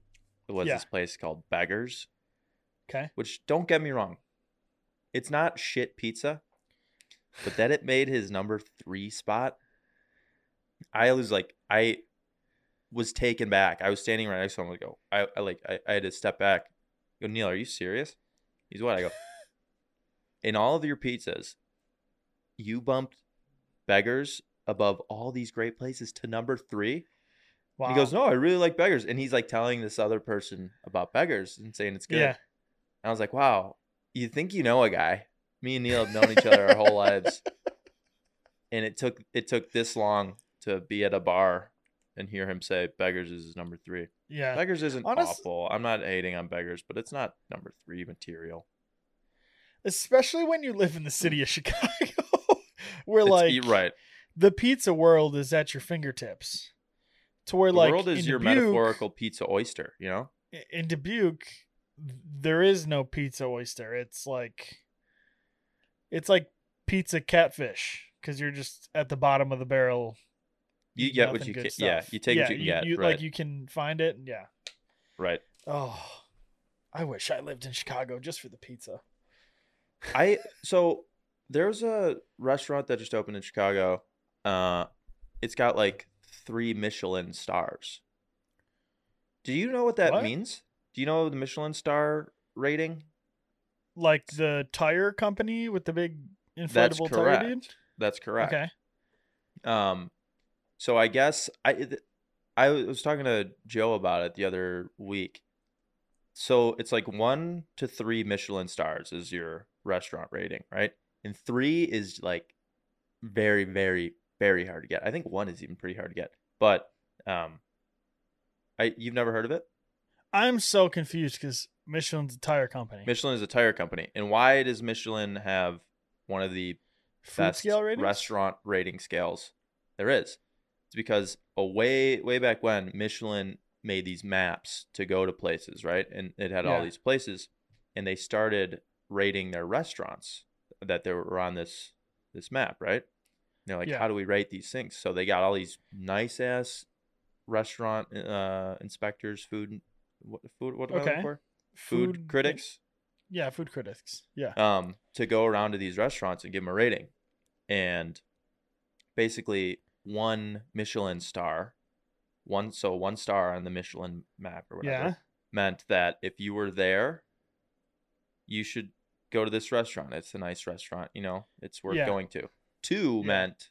[SPEAKER 1] was
[SPEAKER 2] Yeah.
[SPEAKER 1] this place called Beggars.
[SPEAKER 2] Okay.
[SPEAKER 1] Which don't get me wrong, it's not shit pizza, but that it made his number three spot. I was like, I was taken back. I was standing right next to him. Like, oh, I, I like, I, I had to step back. I go, Neil, are you serious? He's what? I
[SPEAKER 2] *laughs*
[SPEAKER 1] go, in all of your pizzas, you bumped beggars above all these great places to number three.
[SPEAKER 2] Wow.
[SPEAKER 1] He goes, no, I really like beggars, and he's like telling this other person about beggars and saying it's good.
[SPEAKER 2] Yeah.
[SPEAKER 1] And I was like, wow, you think you know a guy. Me and Neil have known each other our whole
[SPEAKER 2] *laughs*
[SPEAKER 1] lives. And it took it took this long to be at a bar and hear him say beggars is his number three.
[SPEAKER 2] Yeah.
[SPEAKER 1] Beggars isn't
[SPEAKER 2] honest-
[SPEAKER 1] awful. I'm not hating on beggars, but it's not number three material.
[SPEAKER 2] Especially when you live in the city of Chicago *laughs* where
[SPEAKER 1] Mm. It's
[SPEAKER 2] like
[SPEAKER 1] e- right.
[SPEAKER 2] the pizza world is at your fingertips. To where
[SPEAKER 1] The
[SPEAKER 2] like
[SPEAKER 1] world is
[SPEAKER 2] in
[SPEAKER 1] your
[SPEAKER 2] Dubuque,
[SPEAKER 1] metaphorical pizza oyster, you know?
[SPEAKER 2] in Dubuque there is no pizza oyster. It's like it's like pizza catfish because you're just at the bottom of the barrel
[SPEAKER 1] You
[SPEAKER 2] eating
[SPEAKER 1] get what
[SPEAKER 2] nothing
[SPEAKER 1] you
[SPEAKER 2] good
[SPEAKER 1] get. Yeah,
[SPEAKER 2] stuff.
[SPEAKER 1] you take
[SPEAKER 2] Yeah,
[SPEAKER 1] what you can get. right.
[SPEAKER 2] Like you can find it. and Yeah.
[SPEAKER 1] right.
[SPEAKER 2] Oh, I wish I lived in Chicago just for the pizza.
[SPEAKER 1] I so there's a restaurant that just opened in Chicago. Uh, it's got like three Michelin stars. Do you know what that
[SPEAKER 2] What?
[SPEAKER 1] means? Do you know the Michelin star rating?
[SPEAKER 2] Like the tire company with the big inflatable
[SPEAKER 1] correct.
[SPEAKER 2] tire dude.
[SPEAKER 1] That's correct.
[SPEAKER 2] Okay.
[SPEAKER 1] Um, so I guess I th- I was talking to Joe about it the other week. So it's like one to three Michelin stars is your restaurant rating, right? And three is like very, very, very hard to get. I think one is even pretty hard to get. But um, I you've never heard of it?
[SPEAKER 2] I'm so confused because Michelin's a tire company.
[SPEAKER 1] Michelin is a tire company, and why does Michelin have one of the
[SPEAKER 2] Food
[SPEAKER 1] best
[SPEAKER 2] scale rating.
[SPEAKER 1] restaurant rating scales there is. It's because a way way back when Michelin made these maps to go to places, right? And it had all
[SPEAKER 2] Yeah.
[SPEAKER 1] these places, and they started rating their restaurants that they were on this this map, right? And they're like,
[SPEAKER 2] Yeah.
[SPEAKER 1] how do we rate these things? So they got all these nice ass restaurant uh, inspectors, food, what food? What am I
[SPEAKER 2] Okay.
[SPEAKER 1] looking for? Food, critics
[SPEAKER 2] Yeah, food critics. Yeah.
[SPEAKER 1] um, to go around to these restaurants and give them a rating. And basically, one Michelin star, one so one star on the Michelin map or whatever
[SPEAKER 2] Yeah.
[SPEAKER 1] meant that if you were there, you should go to this restaurant. It's a nice restaurant, you know, it's worth
[SPEAKER 2] Yeah.
[SPEAKER 1] going to. Two
[SPEAKER 2] Yeah.
[SPEAKER 1] meant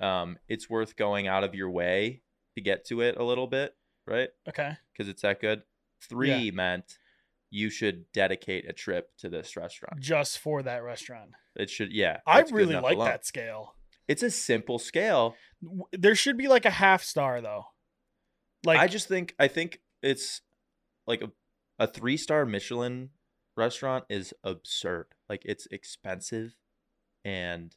[SPEAKER 1] um, it's worth going out of your way to get to it a little bit, right?
[SPEAKER 2] Okay.
[SPEAKER 1] Because it's that good. Three meant you should dedicate a trip to this restaurant.
[SPEAKER 2] Just for that restaurant.
[SPEAKER 1] It should, yeah.
[SPEAKER 2] I
[SPEAKER 1] that's good
[SPEAKER 2] really
[SPEAKER 1] enough
[SPEAKER 2] like
[SPEAKER 1] alone.
[SPEAKER 2] that scale.
[SPEAKER 1] It's a simple scale.
[SPEAKER 2] W- There should be like a half star though. Like
[SPEAKER 1] I just think I think it's like a, a three star Michelin restaurant is absurd. Like it's expensive and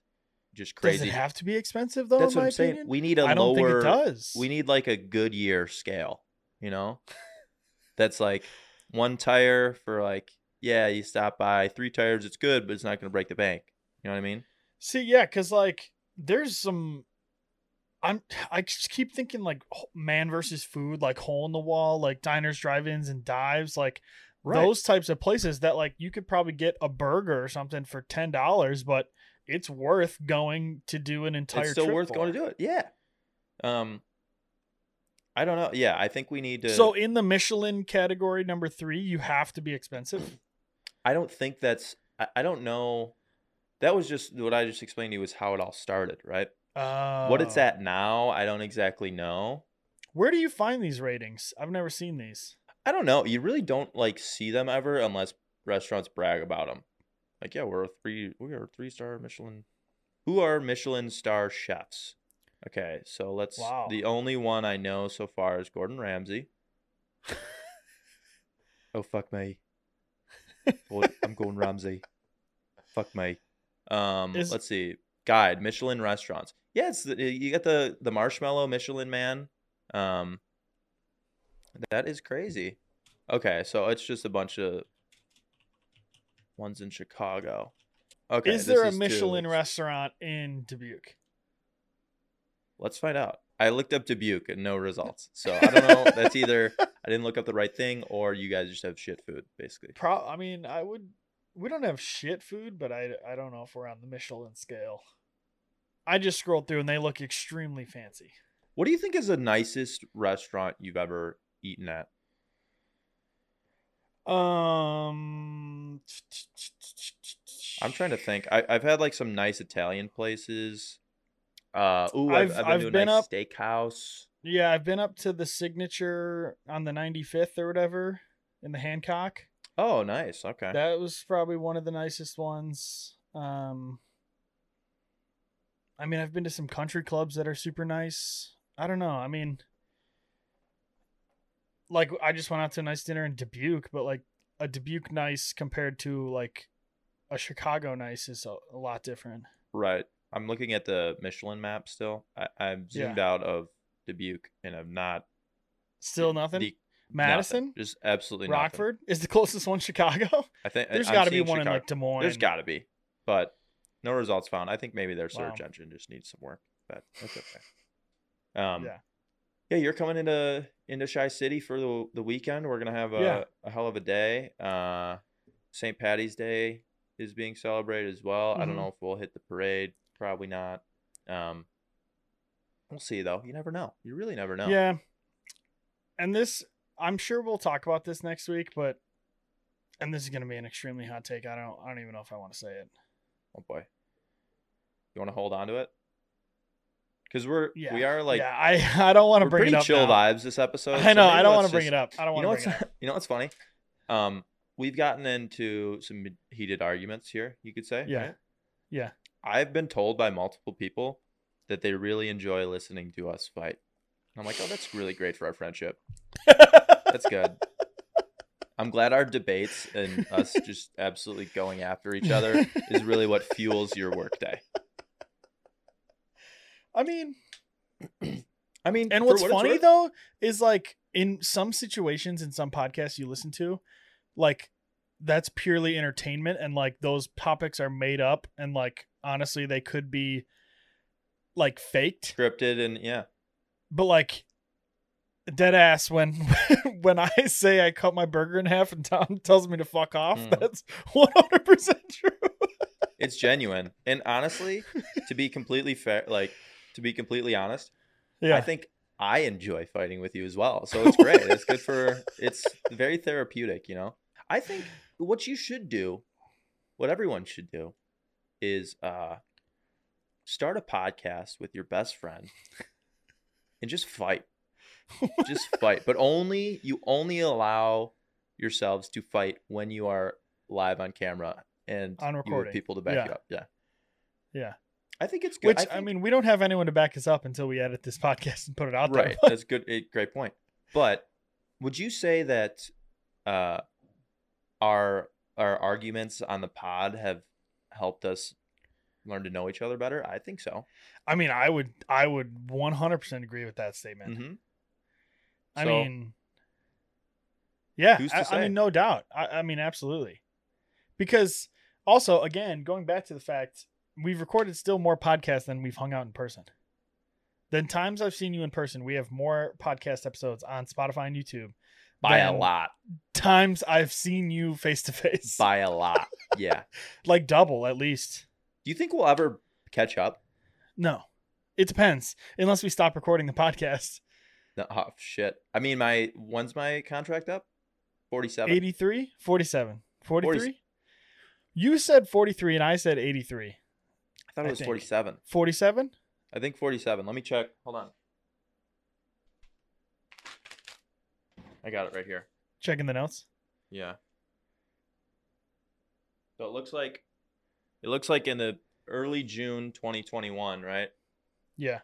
[SPEAKER 1] just
[SPEAKER 2] does
[SPEAKER 1] crazy.
[SPEAKER 2] it have to be expensive though?
[SPEAKER 1] That's
[SPEAKER 2] in
[SPEAKER 1] what
[SPEAKER 2] my
[SPEAKER 1] I'm saying.
[SPEAKER 2] opinion?
[SPEAKER 1] We need a
[SPEAKER 2] I don't think
[SPEAKER 1] lower.
[SPEAKER 2] it does.
[SPEAKER 1] We need like a Goodyear scale. You know, that's like one tire for like yeah, you stop by three tires. It's good, but it's not going to break the bank. You know what I mean?
[SPEAKER 2] See, yeah, because like there's some. I'm. *sighs* I just keep thinking like h- man versus food, like hole in the wall, like diners, drive-ins, and dives, like those types of places that like you could probably get a burger or something for ten dollars, but it's worth going to do an entire.
[SPEAKER 1] it's still
[SPEAKER 2] trip
[SPEAKER 1] worth going
[SPEAKER 2] for.
[SPEAKER 1] to do it. Yeah. Um, I don't know. Yeah, I think we need to.
[SPEAKER 2] So in the Michelin category number three, you have to be expensive.
[SPEAKER 1] I don't think that's. I, I don't know. That was just what I just explained to you was how it all started, right? *clears throat*
[SPEAKER 2] Uh,
[SPEAKER 1] what it's at now, I don't exactly know.
[SPEAKER 2] Where do you find these ratings? I've never seen these.
[SPEAKER 1] I don't know. You really don't like see them ever unless restaurants brag about them. Like, yeah, we're a three, we are a three star Michelin. Who are Michelin star chefs? Okay, so let's.
[SPEAKER 2] Wow.
[SPEAKER 1] The only one I know so far is Gordon
[SPEAKER 2] *laughs*
[SPEAKER 1] Ramsay. oh fuck me! Boy, I'm going Ramsay. Fuck me. Um,
[SPEAKER 2] Is-
[SPEAKER 1] let's see. Guide Michelin restaurants. Yeah, it's the, you got the the marshmallow Michelin man. Um, that is crazy. Okay, so it's just a bunch of ones in Chicago. Okay,
[SPEAKER 2] is
[SPEAKER 1] this
[SPEAKER 2] there a
[SPEAKER 1] two.
[SPEAKER 2] Michelin restaurant in Dubuque?
[SPEAKER 1] Let's find out. I looked up Dubuque and no results. So I don't
[SPEAKER 2] *laughs*
[SPEAKER 1] know. That's either I didn't look up the right thing or you guys just have shit food, basically.
[SPEAKER 2] Pro. I mean, I would. We don't have shit food, but I I don't know if we're on the Michelin scale. I just scrolled through and they look extremely fancy.
[SPEAKER 1] What do you think is the nicest restaurant you've ever eaten at?
[SPEAKER 2] Um,
[SPEAKER 1] I'm trying to think. I, I've had like some nice Italian places. Uh, ooh, I've,
[SPEAKER 2] I've-
[SPEAKER 1] I've, been
[SPEAKER 2] I've
[SPEAKER 1] to a
[SPEAKER 2] been
[SPEAKER 1] nice
[SPEAKER 2] up-
[SPEAKER 1] steakhouse.
[SPEAKER 2] Yeah, I've been up to the signature on the 95th or whatever in the Hancock.
[SPEAKER 1] Oh, nice. Okay.
[SPEAKER 2] That was probably one of the nicest ones. Um, I mean, I've been to some country clubs that are super nice. I don't know. I mean, like I just went out to a nice dinner in Dubuque, but like a Dubuque nice compared to like a Chicago nice is a, a lot different.
[SPEAKER 1] Right. I'm looking at the Michelin map still. I, I've zoomed out of Dubuque and I've not.
[SPEAKER 2] Still nothing.
[SPEAKER 1] de- nothing.
[SPEAKER 2] Madison,
[SPEAKER 1] Just absolutely nothing.
[SPEAKER 2] Rockford is the closest one. Chicago.
[SPEAKER 1] I think
[SPEAKER 2] There's
[SPEAKER 1] got to
[SPEAKER 2] be one in like Des Moines.
[SPEAKER 1] There's got to be, but no results found. I think maybe their search
[SPEAKER 2] Wow.
[SPEAKER 1] engine just needs some work, but that's okay. Um, yeah.
[SPEAKER 2] Yeah.
[SPEAKER 1] you're coming into into Shy City for the the weekend. We're gonna have a,
[SPEAKER 2] Yeah.
[SPEAKER 1] a hell of a day. Uh, St. Patty's Day is being celebrated as well. I don't
[SPEAKER 2] Mhm.
[SPEAKER 1] know if we'll hit the parade. Probably not. Um, we'll see though. You never know. You really never know.
[SPEAKER 2] Yeah. And this, I'm sure we'll talk about this next week, but and this is going to be an extremely hot take. I don't, I don't even know if I want to say it.
[SPEAKER 1] Oh boy. You want to hold on to it? Because we're
[SPEAKER 2] Yeah,
[SPEAKER 1] we are like
[SPEAKER 2] yeah, I, *laughs* I don't want to
[SPEAKER 1] We're
[SPEAKER 2] bring it
[SPEAKER 1] pretty
[SPEAKER 2] up.
[SPEAKER 1] chill
[SPEAKER 2] now.
[SPEAKER 1] vibes this episode.
[SPEAKER 2] I know. I don't want to bring it up. I don't
[SPEAKER 1] You
[SPEAKER 2] want
[SPEAKER 1] know
[SPEAKER 2] to
[SPEAKER 1] what's
[SPEAKER 2] bring it up.
[SPEAKER 1] *laughs* you know what's funny? Um, we've gotten into some heated arguments here. You could say,
[SPEAKER 2] Yeah.
[SPEAKER 1] right?
[SPEAKER 2] Yeah.
[SPEAKER 1] I've been told by multiple people that they really enjoy listening to us fight. And I'm like, oh, that's really great for our friendship. That's good. I'm glad our debates and us just absolutely going after each other is really what fuels your workday.
[SPEAKER 2] *laughs* I mean,
[SPEAKER 1] I mean,
[SPEAKER 2] and
[SPEAKER 1] for
[SPEAKER 2] what's
[SPEAKER 1] what it's
[SPEAKER 2] funny
[SPEAKER 1] worth-
[SPEAKER 2] though is like in some situations in some podcasts you listen to, like that's purely entertainment and like those topics are made up and like honestly they could be like faked.
[SPEAKER 1] scripted and yeah,
[SPEAKER 2] but like dead ass when *laughs* when i say i cut my burger in half and tom tells me to fuck off
[SPEAKER 1] Mm.
[SPEAKER 2] that's 100% true
[SPEAKER 1] it's genuine. And honestly, to be completely fair, like to be completely honest,
[SPEAKER 2] yeah
[SPEAKER 1] I think I enjoy fighting with you as well. So it's great. it's good
[SPEAKER 2] *laughs*
[SPEAKER 1] for it's very therapeutic, you know. I think what you should do, what everyone should do, is uh start a podcast with your best friend and just
[SPEAKER 2] *laughs*
[SPEAKER 1] fight. just fight. But only you only allow yourselves to fight when you are live on camera and
[SPEAKER 2] On
[SPEAKER 1] you have
[SPEAKER 2] recording.
[SPEAKER 1] people to back you
[SPEAKER 2] Yeah.
[SPEAKER 1] up. Yeah.
[SPEAKER 2] Yeah.
[SPEAKER 1] I think it's good.
[SPEAKER 2] which I,
[SPEAKER 1] think-
[SPEAKER 2] mean we don't have anyone to back us up until we edit this *laughs* podcast and put it out
[SPEAKER 1] right that's good a great point but would you say that uh our our arguments on the pod have helped us learn to know each other better i think so
[SPEAKER 2] there i mean i would i would 100% agree with that statement
[SPEAKER 1] hmm
[SPEAKER 2] i
[SPEAKER 1] So-
[SPEAKER 2] mean yeah
[SPEAKER 1] Who's to
[SPEAKER 2] I, I
[SPEAKER 1] say?
[SPEAKER 2] mean no doubt I, I mean absolutely because also again going back to the fact we've recorded still more podcasts than we've hung out in person than times i've seen you in person we have more podcast episodes on spotify and youtube
[SPEAKER 1] by a
[SPEAKER 2] than
[SPEAKER 1] lot
[SPEAKER 2] times i've seen you face to face
[SPEAKER 1] by a lot yeah
[SPEAKER 2] like double at least
[SPEAKER 1] do you think we'll ever catch up
[SPEAKER 2] no it depends unless we stop recording the podcast
[SPEAKER 1] no, oh shit i mean my when's my contract up 47
[SPEAKER 2] 83 47
[SPEAKER 1] Forty-
[SPEAKER 2] 43 you said 43 and i said 83
[SPEAKER 1] i thought
[SPEAKER 2] I
[SPEAKER 1] it was
[SPEAKER 2] think.
[SPEAKER 1] 47
[SPEAKER 2] 47
[SPEAKER 1] i think 47 let me check hold on i got it right here
[SPEAKER 2] checking the notes
[SPEAKER 1] Yeah. So it looks like it looks like in the early June 2021, right?
[SPEAKER 2] yeah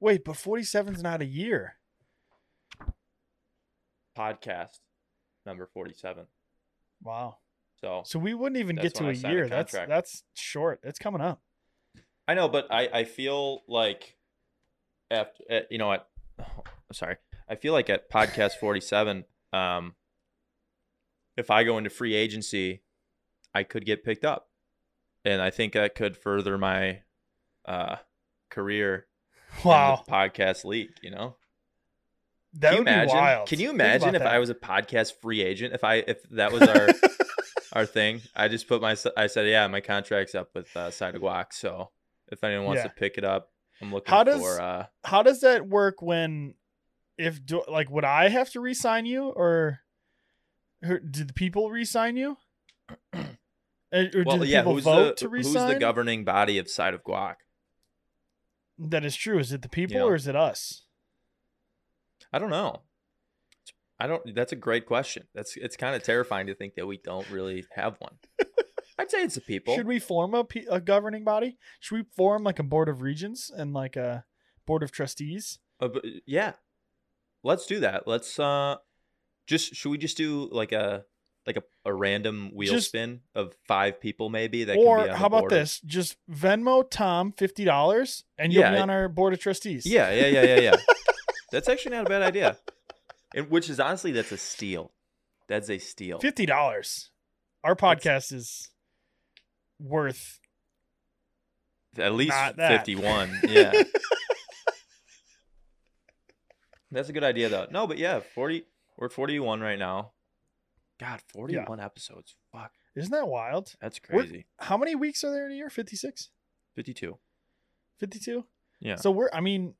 [SPEAKER 2] wait but 47's not a year
[SPEAKER 1] Podcast number 47.
[SPEAKER 2] wow
[SPEAKER 1] So
[SPEAKER 2] so we wouldn't even
[SPEAKER 1] That's
[SPEAKER 2] get to
[SPEAKER 1] when
[SPEAKER 2] a
[SPEAKER 1] I signed the
[SPEAKER 2] year that's
[SPEAKER 1] contract.
[SPEAKER 2] that's short it's coming up
[SPEAKER 1] I know, but I I feel like after uh, you know what? *sighs* sorry. I feel like at podcast 47, um, if I go into free agency, I could get picked up, and I think that could further my uh career in the
[SPEAKER 2] wow
[SPEAKER 1] podcast league. You know.
[SPEAKER 2] that
[SPEAKER 1] Can
[SPEAKER 2] would
[SPEAKER 1] you imagine?
[SPEAKER 2] be wild
[SPEAKER 1] Can you
[SPEAKER 2] Think
[SPEAKER 1] imagine
[SPEAKER 2] about
[SPEAKER 1] if
[SPEAKER 2] that.
[SPEAKER 1] I was a podcast free agent? If I if that was
[SPEAKER 2] *laughs*
[SPEAKER 1] our our thing, I just put my I said, yeah, my contract's up with uh, Side of Guac, so if anyone wants to
[SPEAKER 2] Yeah.
[SPEAKER 1] pick it up, I'm looking
[SPEAKER 2] How
[SPEAKER 1] for.
[SPEAKER 2] does-
[SPEAKER 1] uh,
[SPEAKER 2] how does that work when if do, like would i have to re-sign you or, or do the people re-sign you
[SPEAKER 1] *clears throat*
[SPEAKER 2] Uh, or do
[SPEAKER 1] well,
[SPEAKER 2] the
[SPEAKER 1] yeah,
[SPEAKER 2] people
[SPEAKER 1] who's the
[SPEAKER 2] vote to
[SPEAKER 1] who's
[SPEAKER 2] resign?
[SPEAKER 1] the governing body of Side of Guac?
[SPEAKER 2] that is true. Is it the people
[SPEAKER 1] Yeah.
[SPEAKER 2] or is it us?
[SPEAKER 1] I don't know. I don't. That's a great question. That's it's kind of terrifying to think that we don't really have one. I'd say it's the people.
[SPEAKER 2] Should we form a, pe- a governing body? Should we form like a board of regents and like a board of trustees?
[SPEAKER 1] Uh, but, yeah, let's do that. Let's uh, just should we just do like a like a, a random wheel
[SPEAKER 2] Just-
[SPEAKER 1] spin of five people maybe that can
[SPEAKER 2] Or
[SPEAKER 1] be on
[SPEAKER 2] how
[SPEAKER 1] the
[SPEAKER 2] about
[SPEAKER 1] board of-
[SPEAKER 2] this? Just Venmo Tom fifty dollars and you'll
[SPEAKER 1] Yeah,
[SPEAKER 2] be
[SPEAKER 1] I-
[SPEAKER 2] on our board of trustees.
[SPEAKER 1] Yeah, yeah, yeah,
[SPEAKER 2] *laughs*
[SPEAKER 1] yeah, yeah. that's actually not a bad idea, and which is honestly that's a steal. That's a steal.
[SPEAKER 2] fifty dollars. Our podcast is worth
[SPEAKER 1] At least
[SPEAKER 2] Not that.
[SPEAKER 1] fifty-one.
[SPEAKER 2] *laughs*
[SPEAKER 1] Yeah. That's a good idea though. No, but yeah, forty. We're forty-one right now. God, forty-one episodes. Fuck,
[SPEAKER 2] isn't that wild?
[SPEAKER 1] that's
[SPEAKER 2] We're-
[SPEAKER 1] crazy.
[SPEAKER 2] How many weeks are there in a year? 56?
[SPEAKER 1] Fifty-two.
[SPEAKER 2] 52?
[SPEAKER 1] Yeah.
[SPEAKER 2] So we're I mean,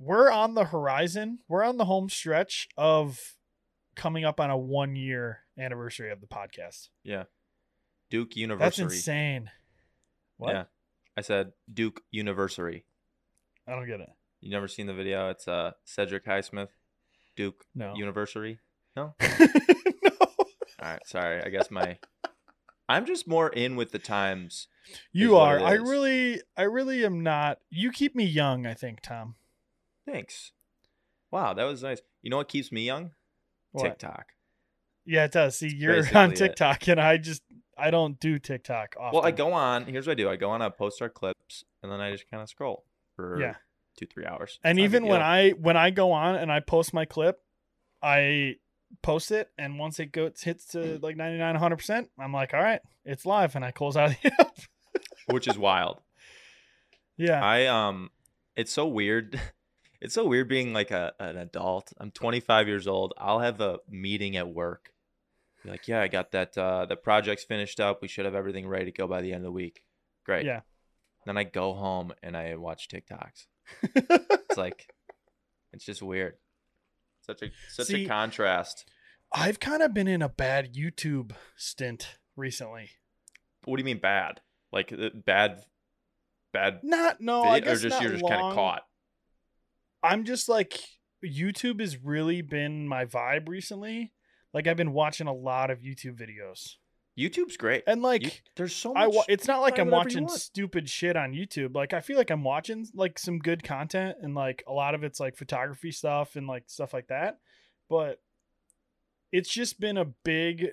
[SPEAKER 2] we're on the horizon. We're on the home stretch of coming up on a one year anniversary of the podcast.
[SPEAKER 1] Duke
[SPEAKER 2] That's
[SPEAKER 1] University.
[SPEAKER 2] insane. What?
[SPEAKER 1] Yeah. I said Duke University.
[SPEAKER 2] I don't get it.
[SPEAKER 1] You never seen the video? It's uh Cedric Highsmith, Duke
[SPEAKER 2] No. *laughs*
[SPEAKER 1] University.
[SPEAKER 2] no.
[SPEAKER 1] All right, sorry. I guess my
[SPEAKER 2] *laughs*
[SPEAKER 1] I'm just more in with the times.
[SPEAKER 2] You
[SPEAKER 1] what
[SPEAKER 2] are.
[SPEAKER 1] it
[SPEAKER 2] I
[SPEAKER 1] is.
[SPEAKER 2] really I really am not. You keep me young, I think, Tom.
[SPEAKER 1] Thanks. Wow, that was nice. You know what keeps me young?
[SPEAKER 2] What?
[SPEAKER 1] TikTok.
[SPEAKER 2] Yeah, it does. See, you're on
[SPEAKER 1] basically it.
[SPEAKER 2] TikTok, and I just I don't do TikTok often.
[SPEAKER 1] Well, I go on. Here's what I do. I go on. I post our clips, and then I just kind of scroll for
[SPEAKER 2] Yeah.
[SPEAKER 1] two, three hours.
[SPEAKER 2] And even when I when I go on and I post my clip, I post it, and once it goes hits
[SPEAKER 1] *clears throat*
[SPEAKER 2] to like 99, 100 percent, I'm like, all right, it's live, and I close out *laughs* the app.
[SPEAKER 1] which is wild.
[SPEAKER 2] yeah,
[SPEAKER 1] I um, it's so weird. *laughs* It's so weird being like a an adult. I'm 25 years old. I'll have a meeting at work. Be like, yeah, I got that. Uh, the project's finished up. We should have everything ready to go by the end of the week. Great.
[SPEAKER 2] Yeah.
[SPEAKER 1] Then I go home and I watch TikToks. It's like, it's just weird. Such a such
[SPEAKER 2] See,
[SPEAKER 1] a contrast.
[SPEAKER 2] *laughs* I've kind of been in a bad YouTube stint recently.
[SPEAKER 1] What do you mean bad? Like uh, bad, bad.
[SPEAKER 2] Not no, I
[SPEAKER 1] vid-
[SPEAKER 2] guess
[SPEAKER 1] or just
[SPEAKER 2] not
[SPEAKER 1] you're just
[SPEAKER 2] long.
[SPEAKER 1] kind of caught.
[SPEAKER 2] I'm just like YouTube has really been my vibe recently. Like I've been watching a lot of YouTube videos,
[SPEAKER 1] YouTube's great.
[SPEAKER 2] and like.
[SPEAKER 1] You- there's so much.
[SPEAKER 2] I wa- it's not like
[SPEAKER 1] find
[SPEAKER 2] I'm
[SPEAKER 1] whatever you
[SPEAKER 2] watching
[SPEAKER 1] want.
[SPEAKER 2] stupid shit on YouTube. Like I feel like I'm watching like some good content and like a lot of it's like photography stuff and like stuff like that. But it's just been a big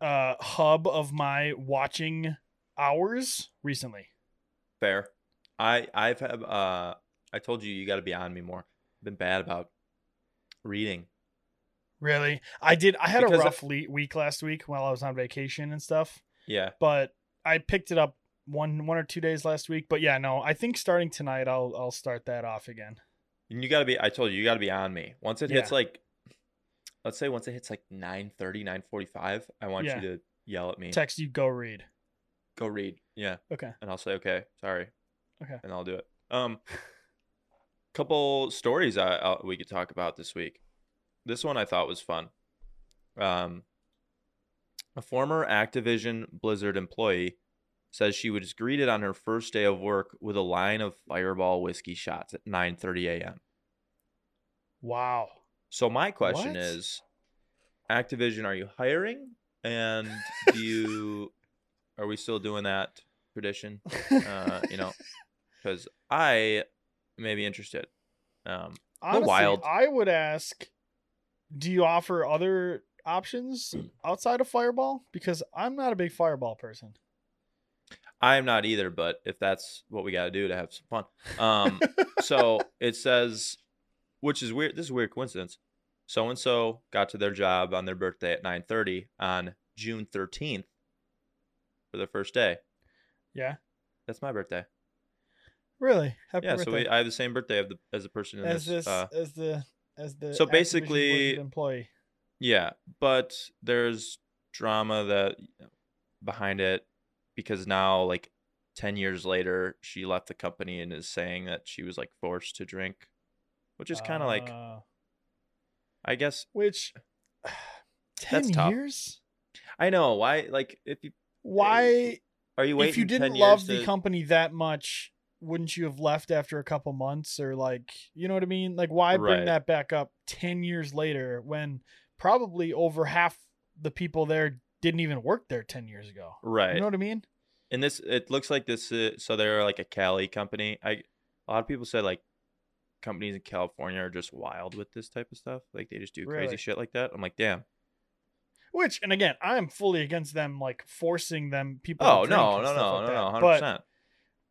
[SPEAKER 2] uh hub of my watching hours recently.
[SPEAKER 1] Fair. I I've have uh I told you you got to be on me more. I've been bad about reading.
[SPEAKER 2] Really? I did I had
[SPEAKER 1] Because
[SPEAKER 2] a
[SPEAKER 1] I-
[SPEAKER 2] rough le- week last week while I was on vacation and stuff.
[SPEAKER 1] Yeah.
[SPEAKER 2] but I picked it up one one or two days last week. But yeah, no, I think starting tonight I'll I'll start that off again.
[SPEAKER 1] And you got to be I told you you got to be on me. Once it hits
[SPEAKER 2] Yeah.
[SPEAKER 1] like let's say once it hits like 9:30, 9:45, I want
[SPEAKER 2] Yeah.
[SPEAKER 1] you to yell at me.
[SPEAKER 2] Text you go read.
[SPEAKER 1] Go read. Yeah.
[SPEAKER 2] Okay.
[SPEAKER 1] And I'll say okay, sorry.
[SPEAKER 2] Okay.
[SPEAKER 1] And I'll do it. Um *laughs* couple stories I, I we could talk about this week. This one I thought was fun. Um a former Activision Blizzard employee says she was greeted on her first day of work with a line of fireball whiskey shots at 9:30 a.m. *laughs*
[SPEAKER 2] Wow. *laughs*
[SPEAKER 1] So my question
[SPEAKER 2] What?
[SPEAKER 1] is, Activision, are you hiring? And do
[SPEAKER 2] *laughs*
[SPEAKER 1] you are we still doing that tradition? Uh, you know, because I may be interested. Um,
[SPEAKER 2] Honestly,
[SPEAKER 1] wild.
[SPEAKER 2] I would ask, do you offer other
[SPEAKER 1] *clears throat*
[SPEAKER 2] options outside of Fireball? Because I'm not a big Fireball person.
[SPEAKER 1] I am not either, but if that's what we got to do to have some fun. Um,
[SPEAKER 2] *laughs*
[SPEAKER 1] so it says, which is weird. This is a weird coincidence. So and so got to their job on their birthday at 9:30 on June 13th for their first day.
[SPEAKER 2] Yeah.
[SPEAKER 1] That's my birthday.
[SPEAKER 2] Really? Happy
[SPEAKER 1] yeah, so
[SPEAKER 2] birthday.
[SPEAKER 1] we, I have the same birthday of the, as the person in
[SPEAKER 2] as
[SPEAKER 1] this.
[SPEAKER 2] this
[SPEAKER 1] Uh,
[SPEAKER 2] as the as the
[SPEAKER 1] so
[SPEAKER 2] Activision
[SPEAKER 1] basically-
[SPEAKER 2] Blizzard employee.
[SPEAKER 1] yeah, but there's drama that behind it because now, like, ten years later, she left the company and is saying that she was like forced to drink, which is kind of like,
[SPEAKER 2] Uh,
[SPEAKER 1] I guess,
[SPEAKER 2] which *sighs* ten
[SPEAKER 1] tough.
[SPEAKER 2] years?
[SPEAKER 1] I know why. Like, if you
[SPEAKER 2] Why
[SPEAKER 1] are you waiting,
[SPEAKER 2] if you
[SPEAKER 1] 10
[SPEAKER 2] didn't
[SPEAKER 1] years
[SPEAKER 2] love the
[SPEAKER 1] to-
[SPEAKER 2] company that much wouldn't you have left after a couple months or like you know what i mean like why bring
[SPEAKER 1] Right.
[SPEAKER 2] that back up 10 years later when probably over half the people there didn't even work there 10 years ago
[SPEAKER 1] right?
[SPEAKER 2] you know what i mean
[SPEAKER 1] and this it looks like this uh, so they're like a cali company i a lot of people said like companies in california are just wild with this type of stuff like they just do
[SPEAKER 2] Really?
[SPEAKER 1] crazy shit like that i'm like damn
[SPEAKER 2] which and again i'm fully against them like forcing them people to
[SPEAKER 1] oh
[SPEAKER 2] drink
[SPEAKER 1] no
[SPEAKER 2] and
[SPEAKER 1] no
[SPEAKER 2] stuff
[SPEAKER 1] no
[SPEAKER 2] like
[SPEAKER 1] no no
[SPEAKER 2] that.
[SPEAKER 1] 100
[SPEAKER 2] but
[SPEAKER 1] percent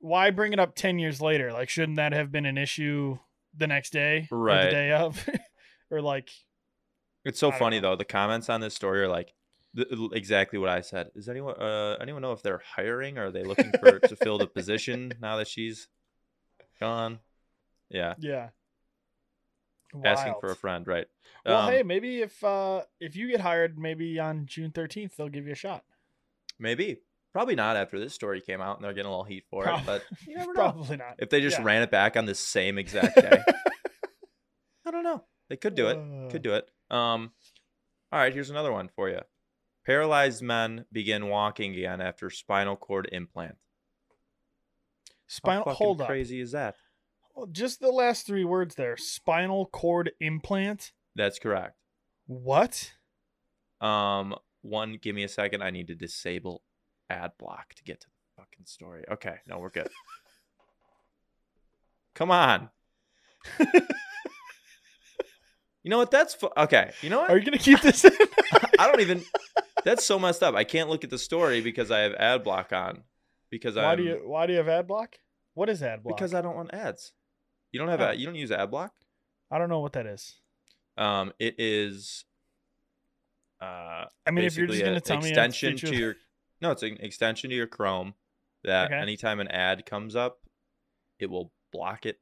[SPEAKER 2] why bring it up 10 years later like shouldn't that have been an issue the next day or
[SPEAKER 1] Right.
[SPEAKER 2] the day of *laughs* or like
[SPEAKER 1] it's
[SPEAKER 2] I
[SPEAKER 1] so
[SPEAKER 2] don't
[SPEAKER 1] funny though the comments on this story are like th- l- exactly what i said is anyone uh anyone know if they're hiring or are they looking for to fill the position now that she's gone yeah
[SPEAKER 2] yeah
[SPEAKER 1] asking for a
[SPEAKER 2] Wild.
[SPEAKER 1] friend right
[SPEAKER 2] Well,
[SPEAKER 1] Um,
[SPEAKER 2] hey, maybe if uh if you get hired, maybe on June thirteenth they'll give you a shot.
[SPEAKER 1] maybe probably not after this story came out and they're getting a little heat for
[SPEAKER 2] Prob-
[SPEAKER 1] it but you
[SPEAKER 2] *laughs*
[SPEAKER 1] never know
[SPEAKER 2] Probably not.
[SPEAKER 1] If they just
[SPEAKER 2] Yeah.
[SPEAKER 1] ran it back on the same exact
[SPEAKER 2] *laughs*
[SPEAKER 1] day. I don't know. They could do it.
[SPEAKER 2] Uh,
[SPEAKER 1] Could do it. Um all right, here's another one for you. Paralyzed men begin walking again after spinal cord implant. How
[SPEAKER 2] Spinal.
[SPEAKER 1] fucking
[SPEAKER 2] Hold up.
[SPEAKER 1] crazy is that?
[SPEAKER 2] Oh, Just the last three words there. Spinal cord implant.
[SPEAKER 1] That's correct.
[SPEAKER 2] What?
[SPEAKER 1] Um one give me a second. I need to disable ad block to get to the fucking story. Okay, no, we're
[SPEAKER 2] *laughs*
[SPEAKER 1] good. Come on. You know what? That's fu- okay. You know what?
[SPEAKER 2] Are you gonna keep this in?
[SPEAKER 1] *laughs*
[SPEAKER 2] *laughs*
[SPEAKER 1] I don't even. That's so messed up. I can't look at the story because I have ad block on. Because
[SPEAKER 2] why
[SPEAKER 1] I
[SPEAKER 2] do you why do you have ad block? What is ad block?
[SPEAKER 1] because I don't want ads. You don't have
[SPEAKER 2] Oh.
[SPEAKER 1] ad, you don't use ad block.
[SPEAKER 2] I don't know what that is.
[SPEAKER 1] Um, it is. Uh,
[SPEAKER 2] I mean, if you're just
[SPEAKER 1] basically a
[SPEAKER 2] gonna tell me in
[SPEAKER 1] extension
[SPEAKER 2] future-
[SPEAKER 1] to your no, it's an extension to your Chrome that
[SPEAKER 2] Okay.
[SPEAKER 1] anytime an ad comes up, it will block it